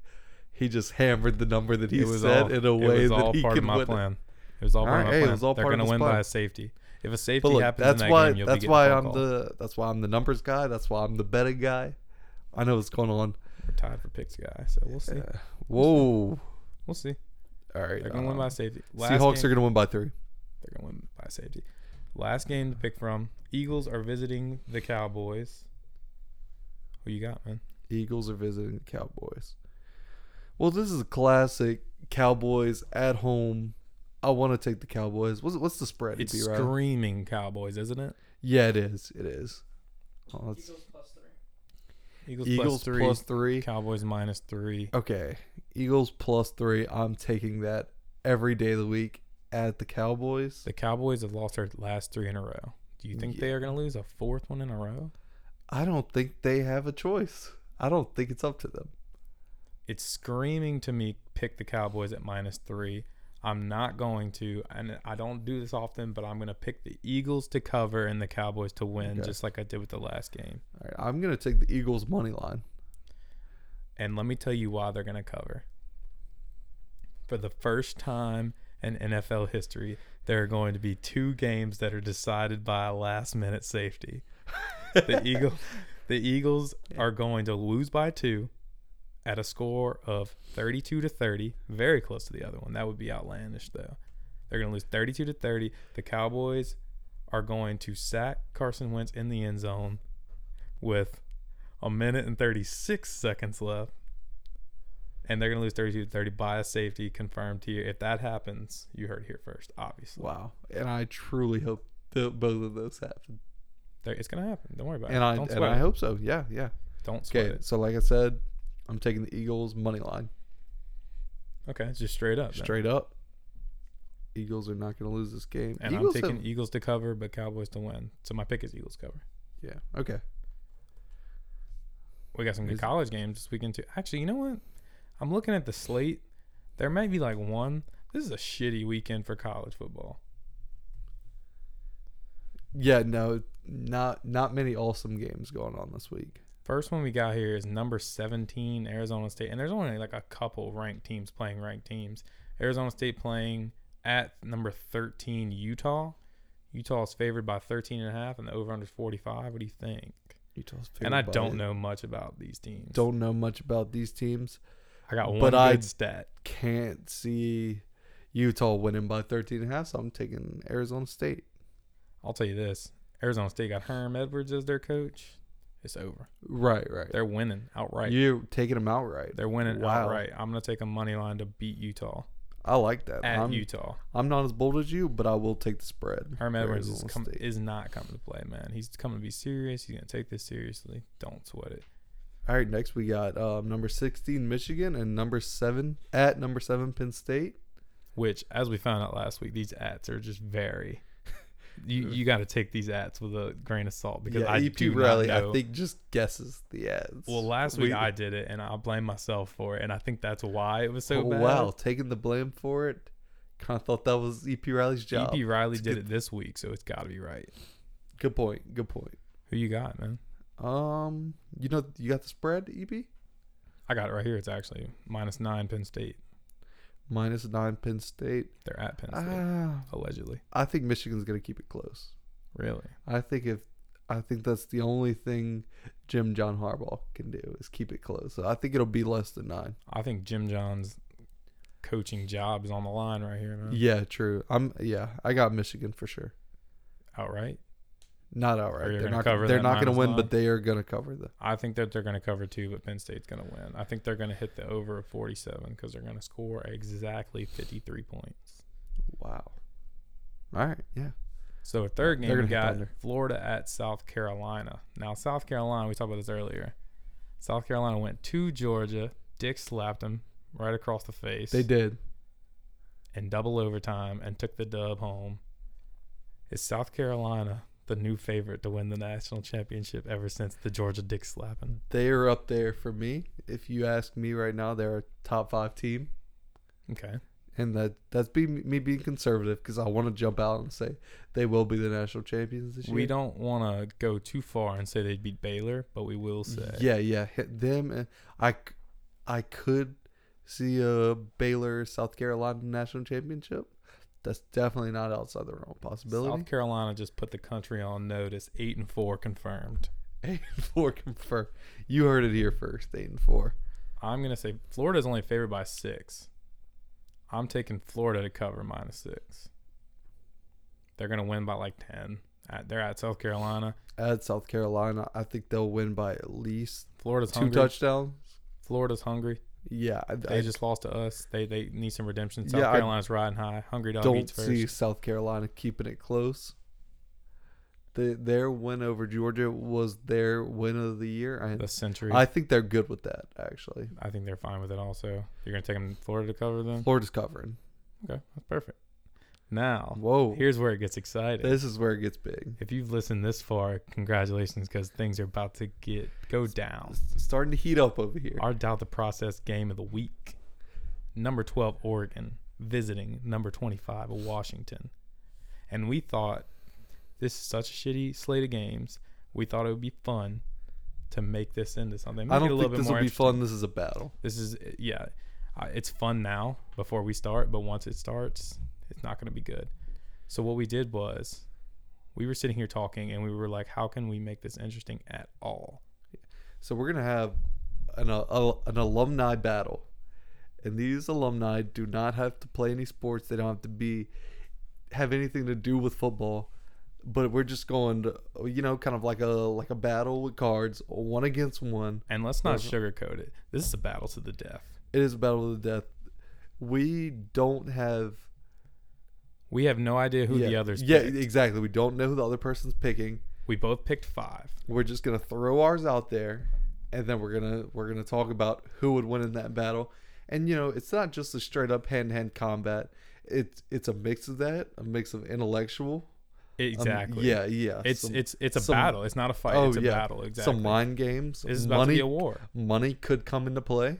B: he just hammered the number that he
A: it was
B: said
A: all,
B: in a way
A: it was
B: that
A: all
B: he
A: part
B: could
A: of my
B: win. it.
A: plan. It was all part
B: Alright,
A: of my
B: hey, it
A: plan.
B: was all
A: They're
B: part of
A: gonna
B: his
A: win
B: plan.
A: by a safety. If a safety
B: But look,
A: happens
B: that's
A: in that
B: why
A: game, you'll
B: that's
A: be
B: why
A: getting a
B: I'm
A: phone call.
B: the that's why I'm the numbers guy. That's why I'm the betting guy. I know what's going on.
A: We're tied for picks guy, so we'll see.
B: Yeah. Whoa!
A: We'll see.
B: All right,
A: They're gonna win
B: um,
A: by safety. Last
B: Seahawks
A: game,
B: are gonna win by three.
A: They're gonna win by safety. Last game to pick from. Eagles are visiting the Cowboys. Who you got, man?
B: Eagles are visiting the Cowboys. Well, this is a classic Cowboys at home. I want to take the Cowboys. What's what's the spread?
A: It's
B: DB, right?
A: screaming Cowboys, isn't it?
B: Yeah, it is. It is. Oh, it's
C: Eagles plus three.
A: Eagles,
B: Eagles
A: plus three.
B: plus three.
A: Cowboys minus three.
B: Okay, Eagles plus three. I'm taking that every day of the week at the Cowboys.
A: The Cowboys have lost their last three in a row. Do you think they are gonna lose a fourth one in a row?
B: I don't think they have a choice. I don't think it's up to them.
A: it's screaming to me pick the Cowboys at minus three. I'm not going to, and I don't do this often, but I'm going to pick the Eagles to cover and the Cowboys to win,
B: Okay.
A: just like I did with the last game.
B: All right, I'm gonna take the Eagles money line.
A: And let me tell you why they're going to cover. For the first time in NFL history, there are going to be two games that are decided by a last minute safety. The Eagles, the Eagles are going to lose by two at a score of 32 to 30, very close to the other one. That would be outlandish though. They're going to lose 32 to 30. The Cowboys are going to sack Carson Wentz in the end zone with a minute and 36 seconds left. And they're going to lose 32 to 30 by a safety confirmed here. If that happens, you heard it here first, obviously.
B: Wow, and I truly hope that both of those happen.
A: There- It's going to happen. Don't worry about
B: And
A: it.
B: I
A: Don't
B: and
A: sweat
B: I
A: it.
B: hope so. Yeah, yeah.
A: Don't sweat
B: Okay,
A: it.
B: so like I said, I'm taking the Eagles money line
A: Okay, it's just straight up. then.
B: straight up. Eagles are not going to lose this game.
A: And
B: Eagles
A: I'm taking
B: have-
A: Eagles to cover, but Cowboys to win. So my pick is Eagles cover.
B: yeah. Okay.
A: We got some good
B: Is-
A: college games this weekend too. Actually, you know what? I'm looking at the slate. There might be like one. This is a shitty weekend for college football.
B: Yeah, no, not not many awesome games going on this week.
A: First one we got here is number 17, Arizona State. And there's only like a couple ranked teams playing ranked teams. Arizona State playing at number 13, Utah. Utah is favored by 13 and a half, and the over under is 45. What do you think?
B: Utah's
A: and I
B: favored by-
A: don't know much about these teams.
B: don't know much about these teams.
A: I got one
B: but
A: good
B: I-
A: stat.
B: Can't see Utah winning by 13 and a half, so I'm taking Arizona State.
A: I'll tell you this Arizona State got Herm Edwards as their coach. It's over.
B: Right, right.
A: They're winning outright.
B: You're taking them outright.
A: They're winning
B: Wow.
A: outright. I'm going to take a money line to beat Utah
B: I like that.
A: at
B: I'm,
A: Utah.
B: I'm not as bold as you, but I will take the spread.
A: Herm
B: for
A: Edwards is,
B: Arizona
A: com-
B: State.
A: is not coming to play, man. He's coming to be serious. He's going to take this seriously. Don't sweat it.
B: All right, next we got um, number 16 Michigan and number 7 at number 7 Penn State.
A: Which, as we found out last week, these ats are just very. You, you got to take these ats with a grain of salt because I
B: EP
A: do
B: Riley,
A: not know.
B: E I think just guesses the ads.
A: well, last week
B: We-
A: I did it, and I blame myself for it, and I think that's why it was so
B: oh,
A: bad.
B: wow, taking the blame for it. Kind of thought that was EP
A: E
B: Riley's job.
A: EP Riley
B: It's
A: did it
B: good.
A: this week, so it's got to be right.
B: Good point. Good point.
A: Who you got, man?
B: Um, you know, you got the spread, E EP
A: I got it right here. It's actually minus nine Penn State.
B: minus nine Penn State.
A: They're at Penn State,
B: Ah,
A: allegedly.
B: I think Michigan's gonna keep it close.
A: Really?
B: I think if I think that's the only thing Jim John Harbaugh can do is keep it close. So I think it'll be less than nine.
A: I think Jim John's coaching job is on the line right here, man.
B: Yeah, true. I'm yeah, I got Michigan for sure.
A: Outright.
B: Not outright.
A: Are you
B: They're
A: gonna
B: not
A: cover
B: gonna, they're
A: that
B: not gonna
A: minus
B: win,
A: nine?
B: but they are gonna cover the
A: I think that they're going to cover two, but Penn State's going to win. I think they're going to hit the over of 47 because they're going to score exactly 53 points.
B: wow. All right, yeah.
A: So a third game
B: They're
A: we
B: gonna hit
A: got
B: Thunder.
A: Florida at South Carolina. Now South Carolina, we talked about this earlier. South Carolina went to Georgia. Dick slapped him right across the face.
B: They did.
A: in double overtime and took the dub home. Is South Carolina the new favorite to win the national championship ever since the Georgia dick slapping?
B: They are up there for me. If you ask me right now, they're a top five team.
A: Okay.
B: And that that's be me being conservative because I want to jump out and say they will be the national champions this year.
A: We don't want to go too far and say they beat Baylor, but we will say.
B: Yeah, yeah, hit them. And I, c- I could see a Baylor South Carolina national championship. That's definitely not outside the realm of possibility.
A: South Carolina just put the country on notice. Eight and four confirmed.
B: Eight and four confirmed. You heard it here first. Eight and four.
A: I'm gonna say Florida's only favored by six. I'm taking Florida to cover minus six. They're gonna win by like ten. At, they're at South Carolina.
B: At South Carolina, I think they'll win by at least
A: Florida's
B: two
A: hungry.
B: touchdowns.
A: Florida's hungry.
B: Yeah, I,
A: They
B: I
A: just lost to us. They they need some redemption. South
B: Yeah, I
A: Carolina's riding high. Hungry dog
B: don't
A: eats first.
B: see South Carolina keeping it close. The, their win over Georgia was their win of the year. I,
A: The century.
B: I
A: I,
B: think they're good with that, actually.
A: think they're fine with it. Also, you're gonna take them to Florida to cover them.
B: Florida's covering.
A: Okay, that's perfect. Now,
B: Whoa.
A: here's where Oh, it gets exciting.
B: This is where it gets big.
A: if you've listened this far, congratulations, because things are about to get go down.
B: It's starting to heat up over here.
A: Our doubt the process game of the week. Number 12, Oregon, visiting number 25, Washington. And we thought this is such a shitty slate of games. We thought it would be fun to make this into something.
B: I
A: Make it a
B: don't
A: little
B: think
A: bit
B: this
A: more
B: will be
A: interesting.
B: fun. This is a battle.
A: This is, yeah, uh, it's fun now before we start, but once it starts, it's not going to be good. So what we did was we were sitting here talking and we were like, how can we make this interesting at all?
B: So we're gonna have an a, a- an alumni battle, and these alumni do not have to play any sports. They don't have to be have anything to do with football. But we're just going to, you know, kind of like a like a battle with cards, one against one.
A: And let's not sugarcoat it. This is a battle to the death.
B: It is a battle of the death. We don't have
A: We have no idea who
B: yeah,
A: the others
B: Yeah,
A: picked.
B: exactly. We don't know who the other person's picking.
A: We both picked five.
B: we're just gonna throw ours out there and then we're gonna we're gonna talk about who would win in that battle and you know it's not just a straight up hand to hand combat it's it's a mix of that a mix of intellectual um,
A: Exactly.
B: yeah yeah
A: It's
B: some-
A: it's it's a
B: some-
A: battle. It's not a fight.
B: oh
A: it's a
B: yeah
A: battle. Exactly.
B: some mind games
A: this is about to
B: money
A: be a war.
B: money could come into play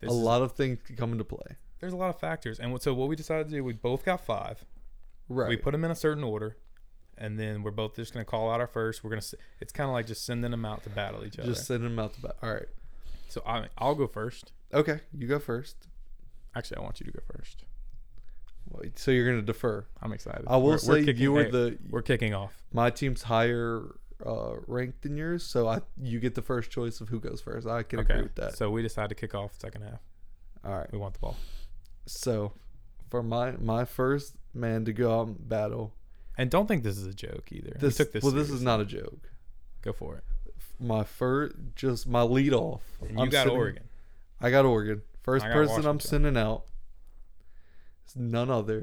A: This
B: a
A: is-
B: lot of things could come into play
A: There's a lot of factors, and so what we decided to do, we both got five.
B: right
A: We put them in a certain order, and then we're both just gonna call out our first. We're gonna. s- It's kind of like just sending them out to battle each other.
B: just send them out the back all right
A: so I I'll go first.
B: okay you go first
A: Actually, I want you to go first.
B: Wait, so you're gonna defer
A: I'm excited.
B: i will
A: We're- we're
B: say
A: kicking-
B: you were
A: hey,
B: the
A: We're kicking off.
B: my team's higher uh, ranked than yours, so I you get the first choice of who goes first. I can agree
A: Okay.
B: with that.
A: So we decided to kick off second half.
B: All right.
A: We want the ball.
B: So for my my first man to go out and battle,
A: And don't think this is a joke either. we
B: this,
A: took this.
B: well, this is
A: seriously.
B: not a joke.
A: Go for it.
B: My first, just my lead off.
A: And you got Oregon.
B: I got Oregon. First
A: I got
B: person I'm
A: Washington.
B: sending out is none other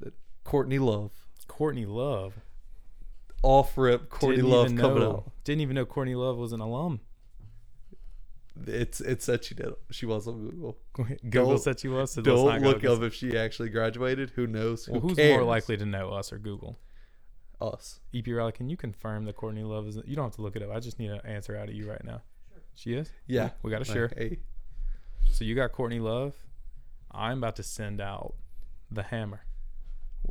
B: than Courtney Love.
A: Courtney Love.
B: Off rip, Courtney
A: Didn't
B: Love
A: even
B: coming
A: know-
B: out.
A: Didn't even know Courtney Love was an alum.
B: It's it said she did. She was on Google.
A: Google
B: Don't-
A: said she was. So let's
B: Don't
A: not go
B: look
A: this-
B: up if she actually graduated. Who knows? Who
A: Well, who's
B: cares?
A: more likely to know us or Google?
B: Us.
A: EP Riley, can you confirm that Courtney Love is? You don't have to look it up. I just need an answer out of you right now. She is.
B: Yeah.
A: We got a
B: Like,
A: sure.
B: Hey,
A: So you got Courtney Love. I'm about to send out the hammer.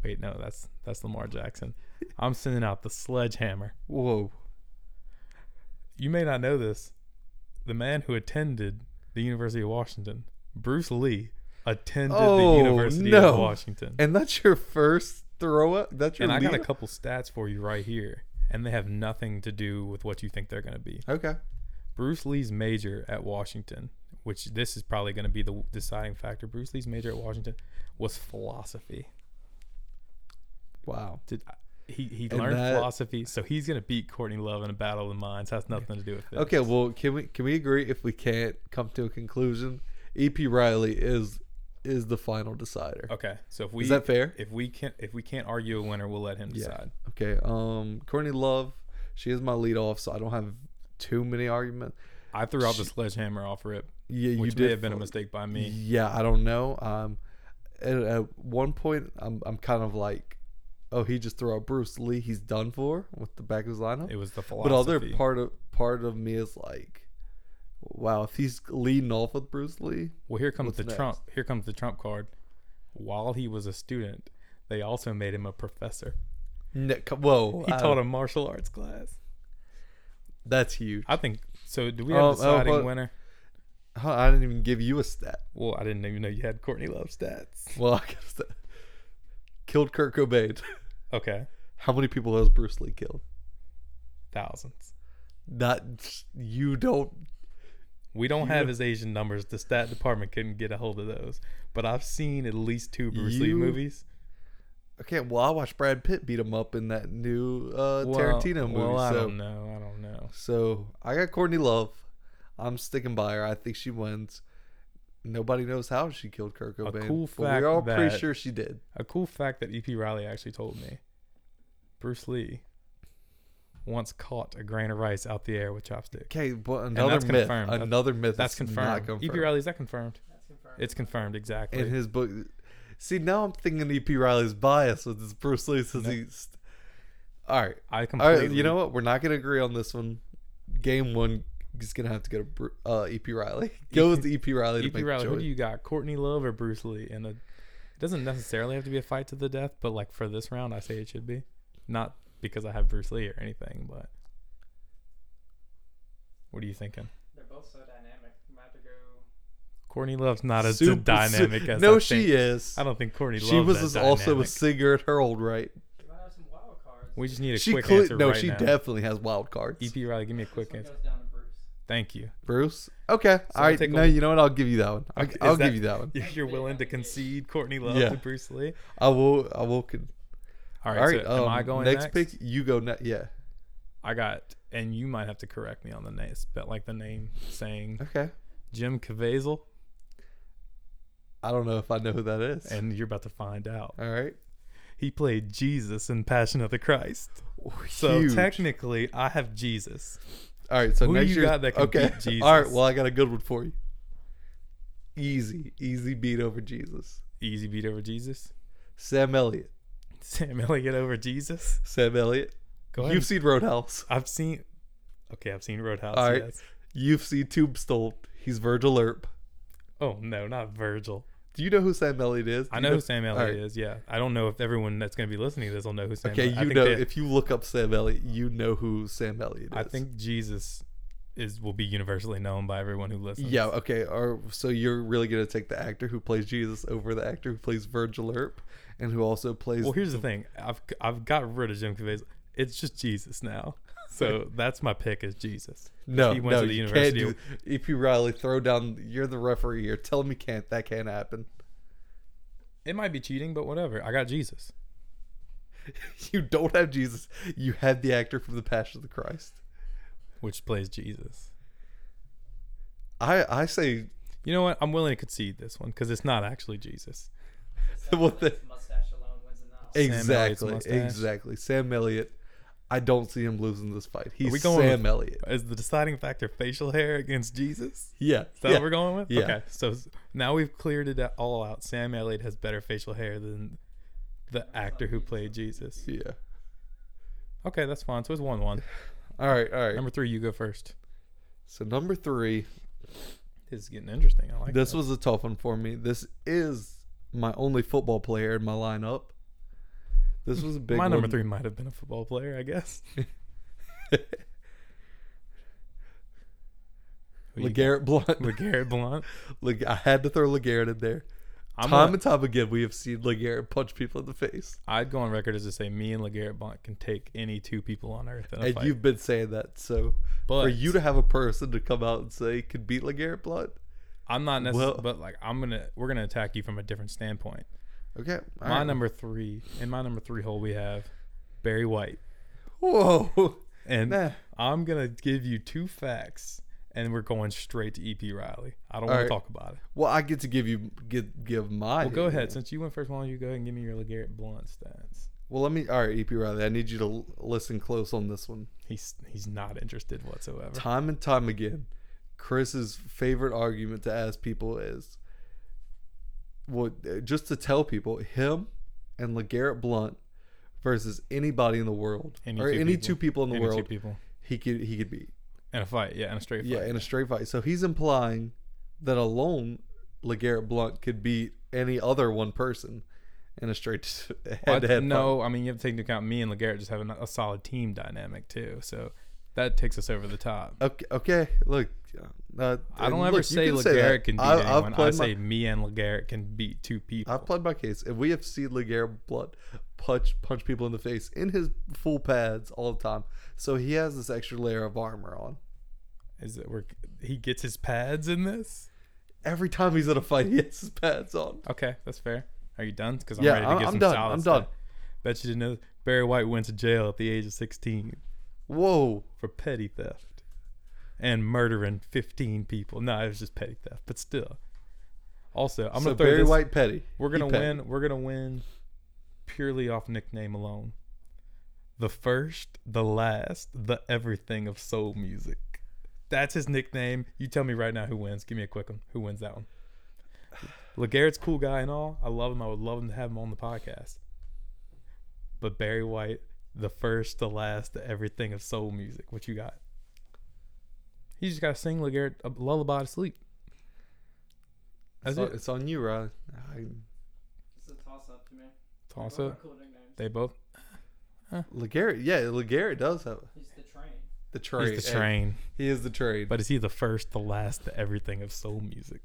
A: Wait, no, that's that's Lamar Jackson. I'm sending out the sledgehammer.
B: whoa.
A: You may not know this. The man who attended the University of Washington, Bruce Lee, attended
B: Oh,
A: the University
B: no.
A: of Washington.
B: And that's your first throw up? That's your
A: And I got a
B: lead-
A: couple stats for you right here, and they have nothing to do with what you think they're going to be.
B: Okay.
A: Bruce Lee's major at Washington, which this is probably going to be the deciding factor. Bruce Lee's major at Washington was philosophy.
B: Wow.
A: Did uh, he he
B: And
A: learned
B: that-
A: philosophy, so he's going to beat Courtney Love in a battle of the minds. Has nothing to do with this.
B: Okay, well, can we can we agree if we can't come to a conclusion? EP E Riley is is the final decider.
A: Okay, so if Uh, we
B: Is that fair?
A: if we can't if we can't argue a winner, we'll let him
B: Yeah.
A: decide.
B: Okay. Um, Courtney Love, she is my lead off, so I don't have too many arguments.
A: I threw out the sledgehammer off rip,
B: Yeah, you
A: which
B: did
A: may have been a
B: fuck-
A: mistake by me.
B: Yeah, I don't know. Um, at, at one point, I'm I'm kind of like, oh, he just threw out Bruce Lee. He's done for with the back of his lineup.
A: It was the
B: but
A: philosophy.
B: other part of part of me is like, wow, if he's leading off with Bruce Lee,
A: well, here comes
B: what's
A: the
B: next?
A: Trump. Here comes the Trump card. While he was a student, they also made him a professor.
B: ne- co- whoa,
A: He
B: I
A: taught
B: don't-
A: a martial arts class.
B: that's huge.
A: I think so. Do we have
B: Oh,
A: a
B: oh,
A: deciding
B: but-
A: winner?
B: Huh, I didn't even give you a stat.
A: Well, I didn't even know you had Courtney Love stats.
B: Well, I guess that killed Kurt Cobain.
A: Okay,
B: How many people has Bruce Lee killed?
A: thousands.
B: Not you don't.
A: We don't have his Asian numbers. The stat department couldn't get a hold of those. But I've seen at least two Bruce Lee
B: You-
A: movies.
B: Okay, well, I watched Brad Pitt beat him up in that new uh,
A: Well,
B: Tarantino movie.
A: Well, I
B: so,
A: don't know. I don't know.
B: so I got Courtney Love. I'm sticking by her. I think she wins. Nobody knows how she killed Kurt Cobain.
A: cool
B: but
A: fact
B: we're all pretty
A: that-
B: sure she did.
A: A cool fact that E.P. Riley actually told me Bruce Lee once caught a grain of rice out the air with chopsticks.
B: Okay, but another
A: that's
B: myth.
A: confirmed. That's-
B: Another myth.
A: That's
B: that's not
A: confirmed. E.P. Riley, is that confirmed?
C: That's confirmed.
A: It's confirmed, exactly.
B: in his book. See, now I'm thinking E.P. Riley's bias with this Bruce Lee since
A: No.
B: he's. All right.
A: I
B: All
A: completely.
B: right. You know what? We're not going to agree on this one. Game one is going to have to go to Bru- uh, E.P. Riley. Go with E.P. Riley to
A: E.P.
B: make
A: E Riley,
B: the
A: who
B: choice.
A: do you got? Courtney Love or Bruce Lee? And it doesn't necessarily have to be a fight to the death, but like for this round, I say it should be. Not because I have Bruce Lee or anything, but. What are you thinking?
C: They're both so dynamic. I'm about to go.
A: Courtney Love's not as
B: Super-
A: dynamic
B: su-
A: as
B: no,
A: I
B: she
A: think.
B: is.
A: I don't think Courtney Love.
B: She was
A: that
B: just also a
A: dynamic.
B: singer at her old right.
C: You might have some wild cards.
A: We just need a
B: She
A: quick
B: cle-
A: answer
B: no,
A: right
B: she
A: now. E
B: definitely has wild cards.
A: EP Riley, give me a
C: This
A: quick
C: one
A: answer.
C: goes down to Bruce.
A: Thank you.
B: Bruce. Okay. all
A: we'll
B: right.
A: take a-
B: No, you know what? I'll give you that one. I'll,
A: Okay, is
B: I'll
A: that-
B: give you that one.
A: If you're willing to concede Courtney Love
B: Yeah.
A: to Bruce Lee.
B: I will. I will. Con-
A: All right.
B: all right.
A: so am I
B: um,
A: going
B: next,
A: next?
B: pick? You go next. Yeah.
A: I got, and you might have to correct me on the name, but like the name saying
B: Okay.
A: Jim Cavazel,
B: I don't know if I know who that is.
A: and you're about to find out.
B: all right.
A: He played Jesus in Passion of the Christ. So
B: Huge.
A: technically, I have Jesus.
B: All right, so
A: Who
B: next
A: you
B: year,
A: got that can
B: okay.
A: beat Jesus?
B: All right, well, I got a good one for you. Easy, easy beat over Jesus.
A: Easy beat over Jesus.
B: Sam Elliott.
A: Sam Elliott over Jesus.
B: Sam Elliott.
A: Go ahead.
B: You've seen Roadhouse.
A: I've seen. Okay, I've seen Roadhouse.
B: All right.
A: yes.
B: You've seen Tombstone. He's Virgil Earp.
A: Oh no, not Virgil.
B: Do you know who Sam Elliott is?
A: I
B: You
A: know who Sam Elliott
B: right.
A: is. Yeah, I don't know if everyone that's going to be listening to this will know who Sam.
B: Okay,
A: Elliott. I
B: you
A: think
B: know
A: they-
B: if you look up Sam Elliott, you know who Sam Elliott is.
A: I think Jesus is will be universally known by everyone who listens.
B: Yeah. Okay. Or so you're really gonna take the actor who plays Jesus over the actor who plays Virgil Earp, and who also plays.
A: Well, here's the thing. I've I've got rid of Jim Caviezel. It's just Jesus now. So that's my pick is Jesus.
B: No,
A: He went
B: no,
A: to the
B: you
A: university.
B: Can't do, EP Riley, throw down. You're the referee here. Tell me can't that can't happen.
A: It might be cheating, but whatever. I got Jesus.
B: You don't have Jesus. You have the actor from the Passion of the Christ.
A: Which plays Jesus.
B: I I say
A: You know what? I'm willing to concede this one because it's not actually Jesus.
C: Sam
B: Well, the-
C: Elliott's mustache alone wins enough.
A: Elliott's
B: exactly,
A: mustache.
B: exactly. Sam Elliott. I don't see him losing this fight. He's
A: we going
B: Sam
A: with-
B: Elliott.
A: Is the deciding factor facial hair against Jesus?
B: Yeah,
A: Is that
B: yeah.
A: what we're going with?
B: Yeah.
A: Okay. So s- now we've cleared it all out. Sam Elliott has better facial hair than the actor who played Jesus.
B: yeah.
A: Okay, that's fine. So it's one one.
B: All right, all right.
A: Number three, you go first.
B: so number three.
A: This is getting interesting. I like
B: This
A: that.
B: was a tough one for me. This is my only football player in my lineup. This was a big
A: My
B: one.
A: number three might have been a football player, I guess. Who you
B: LeGarrette Blunt.
A: got? LeGarrette Blunt.
B: Like I had to throw Legarrette in there.
A: I'm
B: time
A: gonna-
B: and time again, we have seen Legarrette punch people in the face,
A: I'd go on record as to say me and LeGarrette Blunt can take any two people on earth in a
B: and
A: fight.
B: you've been saying that. So
A: but
B: for you to have a person to come out and say could beat Legarrette Blunt,
A: I'm not necessarily.
B: well-
A: but like, I'm gonna we're gonna attack you from a different standpoint.
B: okay, all
A: my
B: right.
A: number three in my number three hole we have Barry White,
B: Whoa,
A: and
B: Nah.
A: I'm gonna give you two facts, and we're going straight to EP Riley. I don't
B: All
A: want
B: right.
A: to talk about it.
B: Well, I get to give you get give my.
A: Well, go ahead. Since you went first, why don't you go ahead and give me your LeGarrette Blunt stats?
B: Well, let me. All right, EP Riley, I need you to l- listen close on this one.
A: He's he's not interested whatsoever.
B: Time and time again, Chris's favorite argument to ask people is, well, uh, just to tell people him and Legarrette Blunt versus anybody in the world
A: Any
B: or
A: two
B: any
A: people.
B: two people in the
A: Any two
B: world
A: people
B: he could he could beat.
A: in a fight, yeah, in a straight
B: Yeah,
A: fight.
B: in a straight fight. So he's implying that alone, Legarrette Blunt could beat any other one person in a straight
A: Well, I-
B: head to head.
A: no, I mean you have to take into account me and Legarrette just having a a solid team dynamic too. So that takes us over the top.
B: Okay. Okay. Look, uh,
A: I don't
B: look,
A: ever
B: you
A: say
B: can that.
A: Legarrette can beat
B: I-
A: anyone. I
B: played
A: say
B: My,
A: me and Legarrette can beat two people.
B: I've played my case. If we have seen Legarrette Blunt punch punch people in the face in his full pads all the time, so he has this extra layer of armor on.
A: Is it where he gets his pads in this?
B: Every time he's in a fight, he has his pads on.
A: Okay, that's fair. Are you done? Because I'm
B: Yeah,
A: ready to
B: I'm-
A: get
B: I'm
A: some
B: done.
A: solid
B: I'm
A: stuff.
B: done.
A: Bet you didn't know Barry White went to jail at the age of 16
B: Whoa.
A: for petty theft and murdering 15 people. No, it was just petty theft, but still. Also, I'm
B: so
A: gonna throw
B: Barry
A: this.
B: White petty.
A: we're
B: He
A: gonna
B: petty.
A: win. We're gonna win purely off nickname alone. The first, the last, the everything of soul music. That's his nickname. You tell me right now who wins. Give me a quick one. Who wins that one? LeGarrette's a cool guy and all. I love him. I would love him to have him on the podcast. But Barry White, the first, the last, the everything of soul music. What you got? You just gotta sing LeGarrette a lullaby to sleep. That's
B: It's on,
A: it.
B: it's on you, Ryan. I,
C: It's a toss up to me. They
A: Toss
C: both
A: it.
C: are Cool nicknames.
A: They both.
B: Legarrette, yeah, Legarrette does have
C: He's the train.
B: the train.
A: He's the
B: Hey,
A: train.
B: He is the train.
A: But is he the first, the last, the everything of soul music?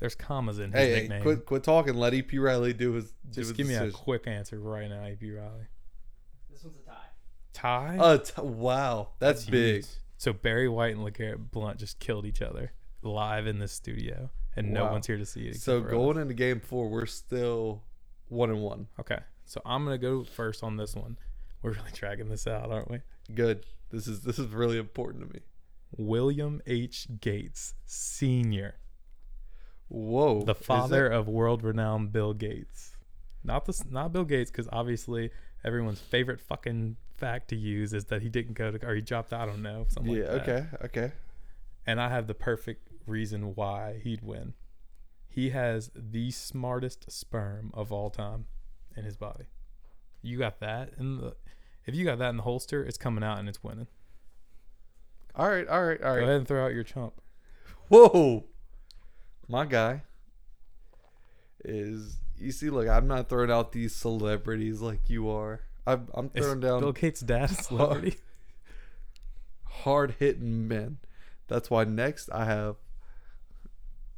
A: There's commas in his
B: hey, hey,
A: nickname.
B: quit quit talking. Let EP Riley do his. do his
A: Just give me a
B: decision.
A: quick answer right now, AP Riley.
C: This one's a tie.
A: Ty?
B: Uh, t- wow, that's big.
A: Jeez. So Barry White and LeGarrette Blunt just killed each other live in the studio, and no
B: Wow.
A: one's here to see it. except
B: So
A: for us.
B: going into game four, we're still one and one.
A: Okay, so I'm gonna go first on this one. We're really dragging this out, aren't we?
B: Good. This is this is really important to me.
A: William H. Gates Sr.,
B: Whoa,
A: the
B: is it-
A: father of world-renowned Bill Gates. Not this, not Bill Gates, because obviously everyone's favorite fucking fact to use is that he didn't go to or he dropped. I don't know. Something
B: Yeah.
A: like that.
B: okay. Okay.
A: And I have the perfect reason why he'd win. He has the smartest sperm of all time in his body. You got that in the. If you got that in the holster, it's coming out and it's winning.
B: All right. All right. All
A: Go
B: right.
A: ahead and throw out your chump.
B: Whoa, my guy is. You see, look, I'm not throwing out these celebrities like you are. I'm, I'm
A: Is
B: throwing down
A: Bill Gates' dad a celebrity.
B: hard hitting men. That's why next I have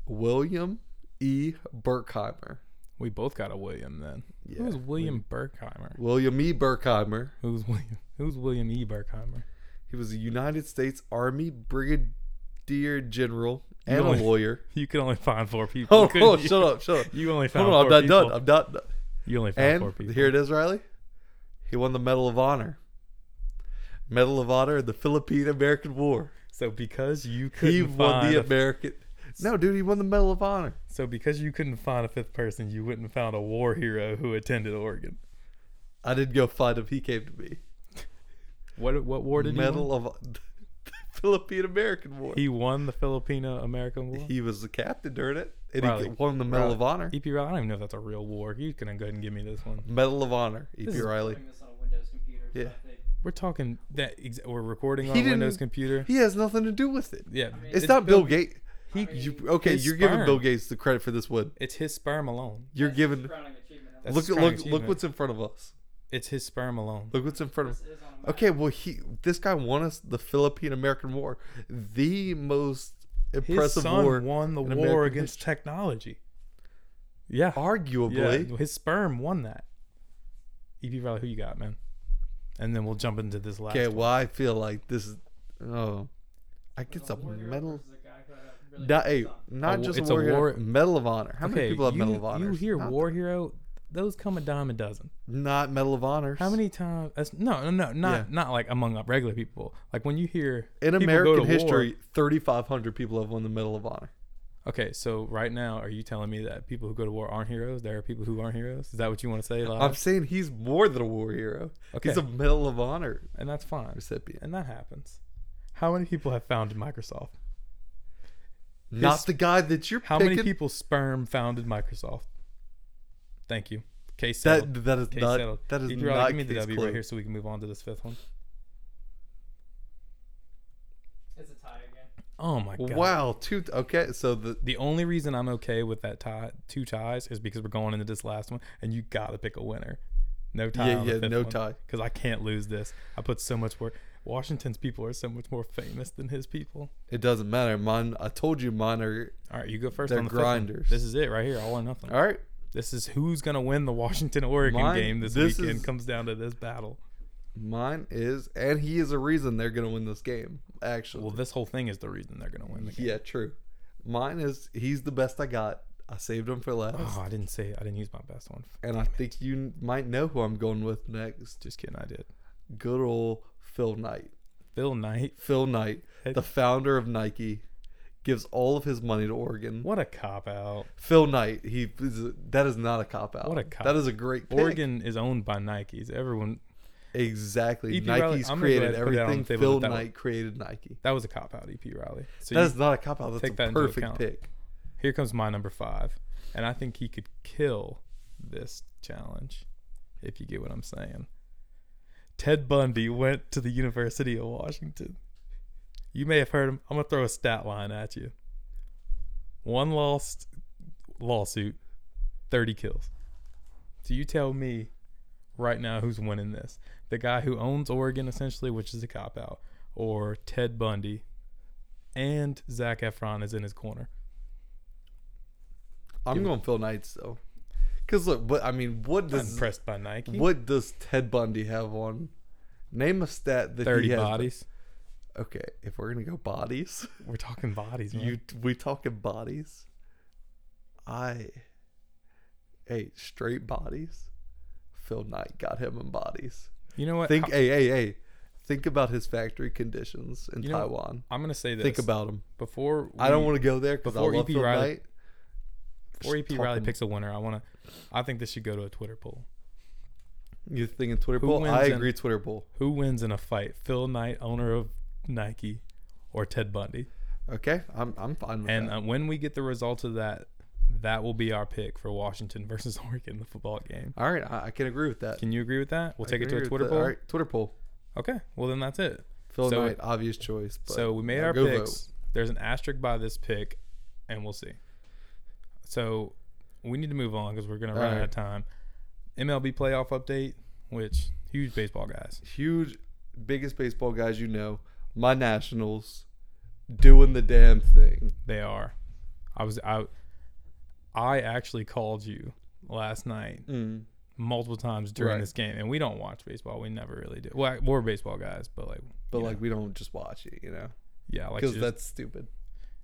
B: William E. Berkheimer.
A: We both got a William then.
B: Yeah,
A: Who's William Berkheimer?
B: William E. Berkheimer.
A: Who's William? Who's William E. Berkheimer?
B: He was a United States Army Brigadier General and
A: only-
B: a lawyer.
A: You could only find four people.
B: Oh,
A: couldn't you?
B: shut up, shut up.
A: You only found
B: Hold on, I'm
A: four people.
B: not done. I'm not done.
A: You only found four
B: And
A: people.
B: here it is, Riley. He won the Medal of Honor. Medal of Honor in the Philippine American War.
A: So because you couldn't
B: He won
A: find
B: the
A: a
B: American. No, dude, he won the Medal of Honor.
A: So because you couldn't find a fifth person, you wouldn't have found a war hero who attended Oregon.
B: I didn't go find him. He came to me.
A: What what war did
B: Medal of the Philippine American War.
A: he win? He won the Filipino American War.
B: He was the captain during it, and
A: Riley,
B: he won the Medal of Honor.
A: EP Riley, I don't even know if that's a real war. You can go ahead and give me this one.
B: Medal of Honor, E.P.
A: is-
B: Riley.
C: Putting this on a Windows computer. so
B: Yeah.
C: they-
A: We're talking that ex- we're recording
B: He
A: on a Windows
B: didn't-
A: computer.
B: He has nothing to do with it.
A: yeah,
C: mean,
B: It's, not Bill, Gates.
C: I
B: He,
C: mean,
B: you, okay,
A: his
B: you're giving
A: sperm.
B: Bill Gates the credit for this one.
A: It's his sperm alone.
B: You're
C: that's
B: giving.
C: a crowning achievement.
A: That's
B: look,
A: crowning
B: look, look
A: achievement.
B: what's in front of us.
A: It's his sperm alone.
B: Look what's in front of.
C: This is on a map.
B: Okay, well, he this guy won us the Philippine American War, the most
A: His
B: impressive
A: son
B: war,
A: won the
B: in
A: war
B: American
A: against technology. Yeah, yeah.
B: arguably.
A: His sperm won that. EP Riley, who you got, man? And then we'll jump into this last.
B: okay,
A: one.
B: well, I feel like this is. Oh, I
C: There's
B: get a
C: war hero
B: medal.
C: versus a guy who had a really
B: Not,
C: good
B: hey,
C: son.
B: not
A: wa-
B: just a
A: it's a
B: war, hero,
A: war-
B: medal of honor. How many people have
A: you,
B: medal of honor?
A: You hear
B: Not-
A: war hero, those come a dime a dozen.
B: Not Medal of Honors.
A: How many times? That's, no, no, no, not
B: Yeah.
A: not like among regular people. Like when you hear people go
B: in
A: to
B: American
A: war-
B: history? Thirty five hundred people have won the Medal of Honor.
A: Okay, so right now, are you telling me that people who go to war aren't heroes? There are people who aren't heroes. Is that what you want to say?
B: I'm
A: Live?
B: saying he's more than a war hero.
A: Okay,
B: He's a Medal of Honor
A: and that's fine,
B: recipient.
A: and that happens. How many people have founded Microsoft?
B: Not the guy that you're
A: How
B: picking.
A: many people sperm founded Microsoft? Thank you. Case settled.
B: that that is
A: Case
B: not
A: settled.
B: that is
A: Ethan,
B: not
A: give me the
B: case
A: W right
B: closed.
A: here so we can move on to this fifth one.
C: It's a tie again.
A: Oh my god.
B: Wow, two okay. So the
A: The only reason I'm okay with that tie, two ties, is because we're going into this last one, and you gotta pick a winner. No tie.
B: yeah yeah no tie.
A: Because I can't lose this. I put so much work. Washington's people are so much more famous than his people.
B: It doesn't matter. Mine. I told you mine are
A: All right, you go 1st
B: They're
A: on the fifth one.
B: grinders.
A: This is it right here, all or nothing.
B: all right.
A: This is who's gonna win the Washington Oregon
B: Mine-
A: game this,
B: this
A: weekend.
B: is-
A: Comes down to this battle.
B: Mine is, and he is a reason they're gonna win this game. Actually,
A: Well, this whole thing is the reason they're gonna win the game.
B: yeah, true. Mine is he's the best I got. I saved him for last,
A: Oh, I didn't say. I didn't use my best one.
B: and I think you might know who I'm going with next.
A: Just kidding. I did.
B: Good old Phil Knight.
A: Phil Knight.
B: Phil Knight,
A: Hey.
B: the founder of Nike, gives all of his money to Oregon.
A: What a cop out.
B: Phil Knight, he is a- that is not a cop out.
A: What a cop-
B: That is a great pick.
A: Oregon is owned by Nikes. Everyone.
B: Exactly.
A: EP Riley-
B: Nike's
A: I'm gonna go
B: created
A: ahead and put that on
B: everything.
A: the table
B: Phil
A: that that was-
B: Knight created Nike.
A: That was a cop out, EP Riley. So
B: that
A: you-
B: is not a cop out. That's
A: take
B: a
A: that into
B: perfect
A: account.
B: pick.
A: here comes my number five, and I think he could kill this challenge, if you get what I'm saying. Ted Bundy went to the University of Washington. You may have heard him. I'm gonna throw a stat line at you. One lost lawsuit, 30 kills. So you tell me right now who's winning this? The guy who owns Oregon essentially, which is a cop out, or Ted Bundy, and Zach Efron is in his corner.
B: I'm
A: Give it-
B: going Phil Knight though, because look, but I mean, what
A: I'm
B: does
A: impressed by Nike.
B: what does Ted Bundy have on? Name a stat that
A: Thirty
B: he has.
A: bodies.
B: Okay, if we're gonna go bodies,
A: We're talking bodies, man.
B: you we talking bodies? I, hey, straight bodies. Phil Knight got him in bodies.
A: You know what?
B: Think,
A: Uh, How-
B: hey, hey, hey, think about his factory conditions in
A: You know,
B: Taiwan.
A: I'm gonna say this.
B: Think about him.
A: before.
B: I don't want to go there because I
A: before
B: love
A: EP
B: Phil
A: Riley-
B: Knight.
A: Before EP
B: talk
A: Riley
B: him.
A: picks a winner, I want to. I think this should go to a Twitter poll.
B: You're thinking Twitter
A: Who
B: poll.
A: wins
B: I
A: in-
B: agree, Twitter poll.
A: Who wins in a fight? Phil Knight, owner of Nike, or Ted Bundy?
B: Okay, I'm I'm fine with
A: And
B: that.
A: uh, when we get the results of that, that will be our pick for Washington versus Oregon, the football game.
B: All right, I, I can agree with that.
A: Can you agree with that? We'll
B: I
A: take it
B: can
A: to
B: agree
A: a
B: with
A: Twitter
B: that.
A: poll.
B: All right, Twitter poll.
A: Okay. Well, then that's it.
B: Phil
A: So-
B: Knight, obvious choice. But
A: So we made
B: now
A: our
B: go
A: picks.
B: vote.
A: There's an asterisk by this pick, and we'll see. So we need to move on because we're gonna run
B: All
A: out of
B: right.
A: time. MLB playoff update, which huge baseball guys.
B: huge, biggest baseball guys you know, my Nationals, doing the damn thing.
A: They are. I was I I actually called you last night
B: Mm.
A: multiple times during
B: Right.
A: this game, and we don't watch baseball. We never really do. Well, we're baseball guys, but like,
B: But
A: you know,
B: like we don't just watch it, you know,
A: yeah, like
B: because
A: just-
B: that's stupid.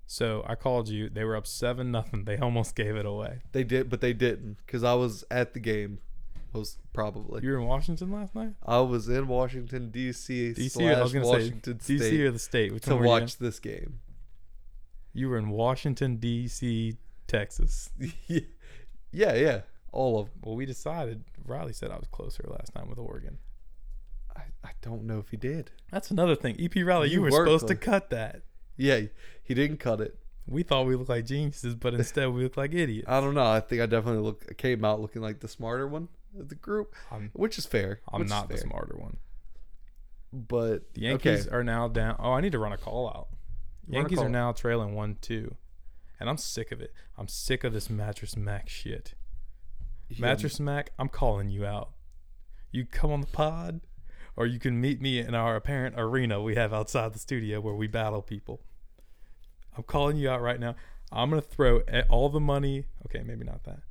A: so I called you. They were up seven nothing. They almost gave it away.
B: They did, but they didn't, because I was at the game, most probably.
A: You were in Washington last night.
B: I was in Washington D.C.
A: DC.
B: slash
A: I was gonna
B: Washington
A: say DC
B: State
A: or the state. Which
B: to
A: one were you in?
B: watch this game.
A: You were in Washington D.C., Texas.
B: yeah, yeah, all of. 'em.
A: Well, we decided. Riley said I was closer last time with Oregon.
B: I, I don't know if he did.
A: That's another thing. EP Riley, you,
B: You
A: were
B: were
A: supposed to
B: close.
A: cut that.
B: Yeah, he didn't cut it.
A: We thought we looked like geniuses, but instead we looked like idiots.
B: I don't know. I think I definitely look came out looking like the smarter one of the group,
A: I'm,
B: which is fair.
A: I'm
B: which is
A: not the
B: fair.
A: smarter one.
B: But
A: The Yankees
B: okay.
A: are now down. Oh, I need to run a call out.
B: Run a
A: Yankees
B: call
A: are
B: out.
A: now trailing one two, and I'm sick of it. I'm sick of this mattress Mac shit.
B: Yeah,
A: Mattress Mac, I'm calling you out. You come on the pod, or you can meet me in our apparent arena we have outside the studio where we battle people. I'm calling you out right now. I'm gonna throw a- all the money. Okay, maybe not that.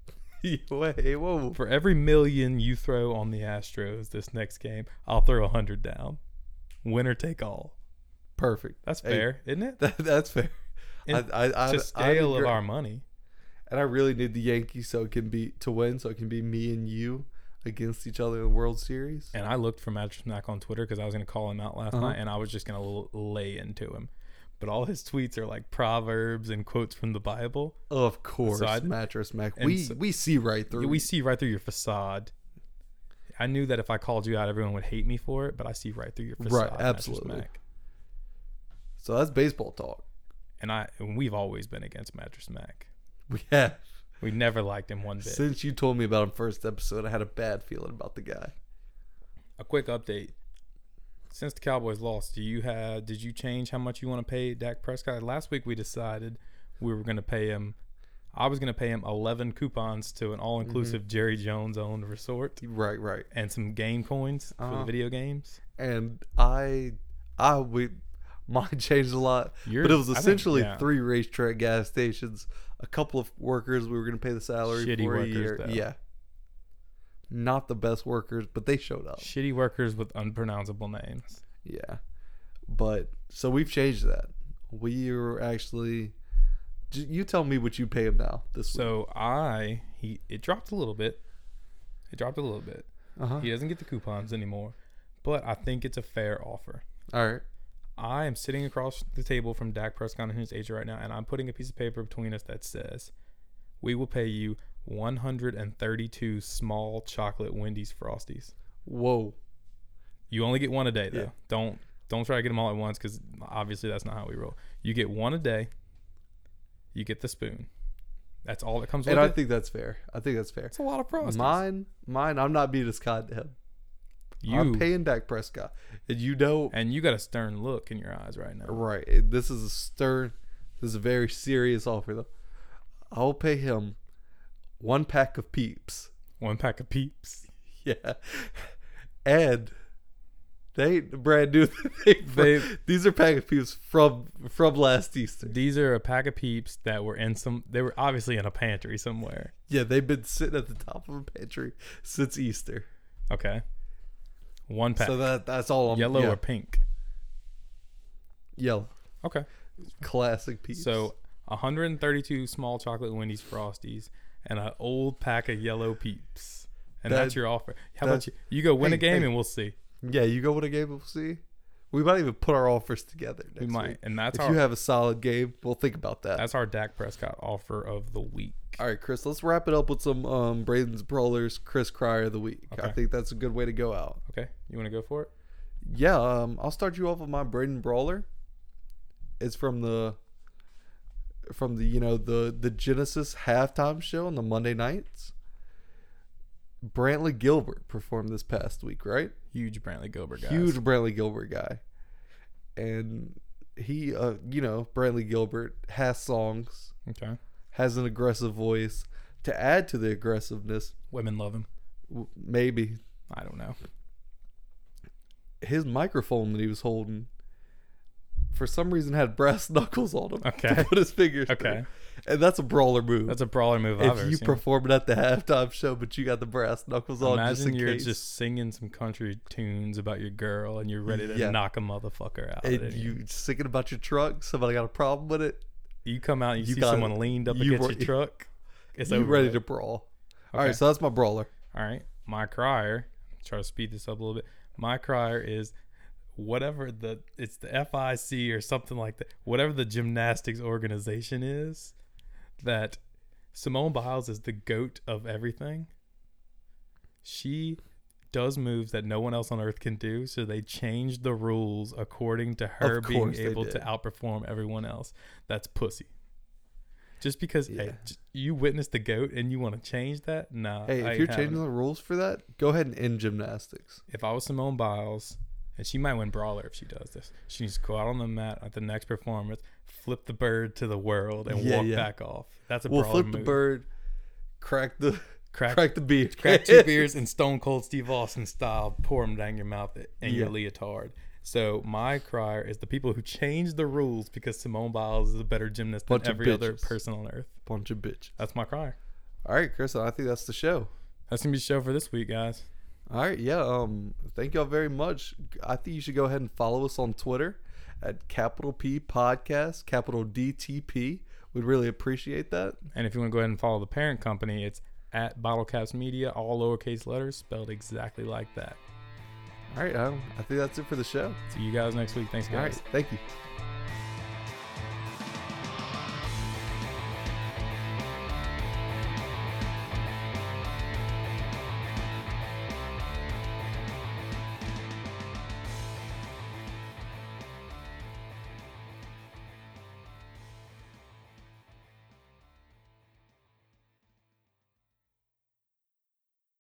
B: Wait, whoa.
A: For every million you throw on the Astros this next game, I'll throw a hundred down. Winner take all.
B: Perfect.
A: That's
B: Hey,
A: fair, isn't it?
B: That, that's fair.
A: In-
B: I, I, I,
A: It's a
B: I'd
A: scale of
B: agree-
A: our money.
B: and I really need the Yankees so it can be to win, so it can be me and you against each other in the World Series.
A: And I looked for Mattress Mac on Twitter because I was going to call him out last
B: Uh-huh.
A: night and I was just going to l- lay into him. But all his tweets are like proverbs and quotes from the Bible.
B: Of course,
A: So I-
B: mattress Mac.
A: and
B: We
A: so-
B: we see right through.
A: We see right through your facade. I knew that if I called you out, everyone would hate me for it, but I see right through your facade. Mattress
B: absolutely.
A: Mac.
B: so that's baseball talk.
A: And I and we've always been against Mattress Mac.
B: We have
A: We never liked him one bit.
B: since you told me about him first episode. I had a bad feeling about the guy.
A: a quick update. Since the Cowboys lost, do you have did you change how much you want to pay Dak Prescott? Last week we decided we were going to pay him I was going to pay him 11 coupons to an all-inclusive Jerry Jones owned resort
B: Right, right.
A: and some game coins for
B: Uh-huh.
A: the video games.
B: And I, I we, mine changed a lot.
A: Yours-
B: but it was
A: I think-
B: essentially
A: yeah.
B: three racetrack gas stations, a couple of workers we were going to pay the salary
A: Shitty
B: for a
A: workers,
B: year.
A: though.
B: Yeah, not the best workers, but they showed up.
A: Shitty workers with unpronounceable names.
B: Yeah. But so we've changed that. We are actually. J- You tell me what you pay him now this week.
A: So I he it dropped a little bit. It dropped a little bit.
B: Uh-huh.
A: He doesn't get the coupons anymore, but I think it's a fair offer.
B: All right.
A: I am sitting across the table from Dak Prescott and his agent right now, and I'm putting a piece of paper between us that says, "We will pay you 132 small chocolate Wendy's frosties.
B: Whoa.
A: You only get one a day, though.
B: Yeah.
A: Don't don't try to get them all at once because obviously that's not how we roll. You get one a day. You get the spoon. That's all that comes with
B: And I
A: it.
B: think that's fair. I think that's fair.
A: It's a lot of frosties.
B: Mine, mine. I'm not being as kind to him. I'm
A: you
B: paying Dak Prescott, and you know,
A: and you got a stern look in your eyes right now.
B: right? This is a stern. This is a very serious offer, though. I'll pay him one pack of Peeps.
A: One pack of peeps.
B: Yeah. And they ain't brand new. they,
A: They-
B: these are pack of peeps from from last Easter.
A: These are a pack of peeps that were in some. They were obviously in a pantry somewhere.
B: Yeah, they've been sitting at the top of a pantry since Easter.
A: Okay. One pack.
B: So that that's all I'm
A: yellow
B: yeah,
A: or pink.
B: yellow.
A: Okay.
B: Classic peeps.
A: So 132 small chocolate Wendy's Frosties and an old pack of yellow peeps. And
B: That-
A: that's your offer. How
B: that-
A: about you? You go win
B: Hey,
A: a game
B: hey.
A: and we'll see.
B: Yeah, you go with a game we'll see. We might even put our offers together next
A: We might.
B: week.
A: And that's
B: If
A: our
B: you have a solid game, we'll think about that.
A: that's our Dak Prescott offer of the week.
B: All right, Chris, let's wrap it up with some um Braden's Brawlers Chris Cryer of the week. I
A: Okay.
B: think that's a good way to go out.
A: Okay. You want to go for it?
B: Yeah, um, I'll start you off with my Braden Brawler. It's from the from the you know the the Genesis halftime show on the Monday nights. Brantley Gilbert performed this past week, right?
A: Huge Brantley Gilbert guy.
B: Huge Brantley Gilbert guy, and he, uh, you know, Brantley Gilbert has songs,
A: Okay.
B: has an aggressive voice. To add to the aggressiveness,
A: Women love him.
B: w- maybe
A: I don't know.
B: his microphone that he was holding for some reason had brass knuckles on him
A: Okay.
B: to put his fingers
A: Okay.
B: through. and that's a brawler move
A: That's a brawler move I've
B: if
A: ever
B: you
A: seen.
B: perform it at the halftime show but you got the brass knuckles on just
A: Imagine
B: in
A: you're
B: case
A: just singing some country tunes about your girl and you're ready to
B: Yeah.
A: knock a motherfucker out.
B: and
A: didn't you?
B: you thinking about your truck somebody got a problem with it
A: You come out and you,
B: You
A: see
B: got
A: someone
B: it.
A: leaned up
B: You
A: against
B: re-
A: your truck. It's
B: you
A: over.
B: ready to
A: with.
B: brawl all
A: Okay.
B: right so that's my brawler
A: All right. My crier, try to speed this up a little bit. My crier is whatever the it's the FIC or something like that. Whatever the gymnastics organization is that Simone Biles is the goat of everything. She does moves that no one else on earth can do, so they changed the rules according to her
B: Of
A: being
B: course they
A: able to
B: did.
A: outperform everyone else. That's pussy. Just because hey,
B: Yeah.
A: j- you witnessed the goat and you want to change that, nah.
B: hey
A: I
B: if
A: ain't having
B: you're changing
A: it.
B: the rules for that go ahead and end gymnastics
A: if I was Simone Biles, and she might win Brawler if she does this, she needs to go out on the mat at the next performance, flip the bird to the world, and
B: Yeah,
A: walk
B: yeah.
A: back off. That's a
B: we'll
A: Brawler
B: flip the
A: move.
B: bird crack the
A: Crack-
B: crack, the beer
A: Crack two beers in Stone Cold Steve Austin style, pour them down your mouth and your
B: Yeah.
A: leotard. So my crier is the people who change the rules because Simone Biles is a better gymnast than
B: Bunch of
A: every other
B: bitches.
A: person on earth.
B: bunch of bitch
A: That's my crier.
B: all right chris i think that's the show
A: That's gonna be the show for this week, guys.
B: All right, yeah. Um, thank y'all very much. I think you should go ahead and follow us on Twitter at capital P podcast, capital DTP. We'd really appreciate that.
A: And if you want to go ahead and follow the parent company, it's at Bottlecaps Media, all lowercase letters spelled exactly like that.
B: All right, Adam. um, I think that's it for the show.
A: See you guys next week. Thanks,
B: All
A: guys.
B: right. Thank you.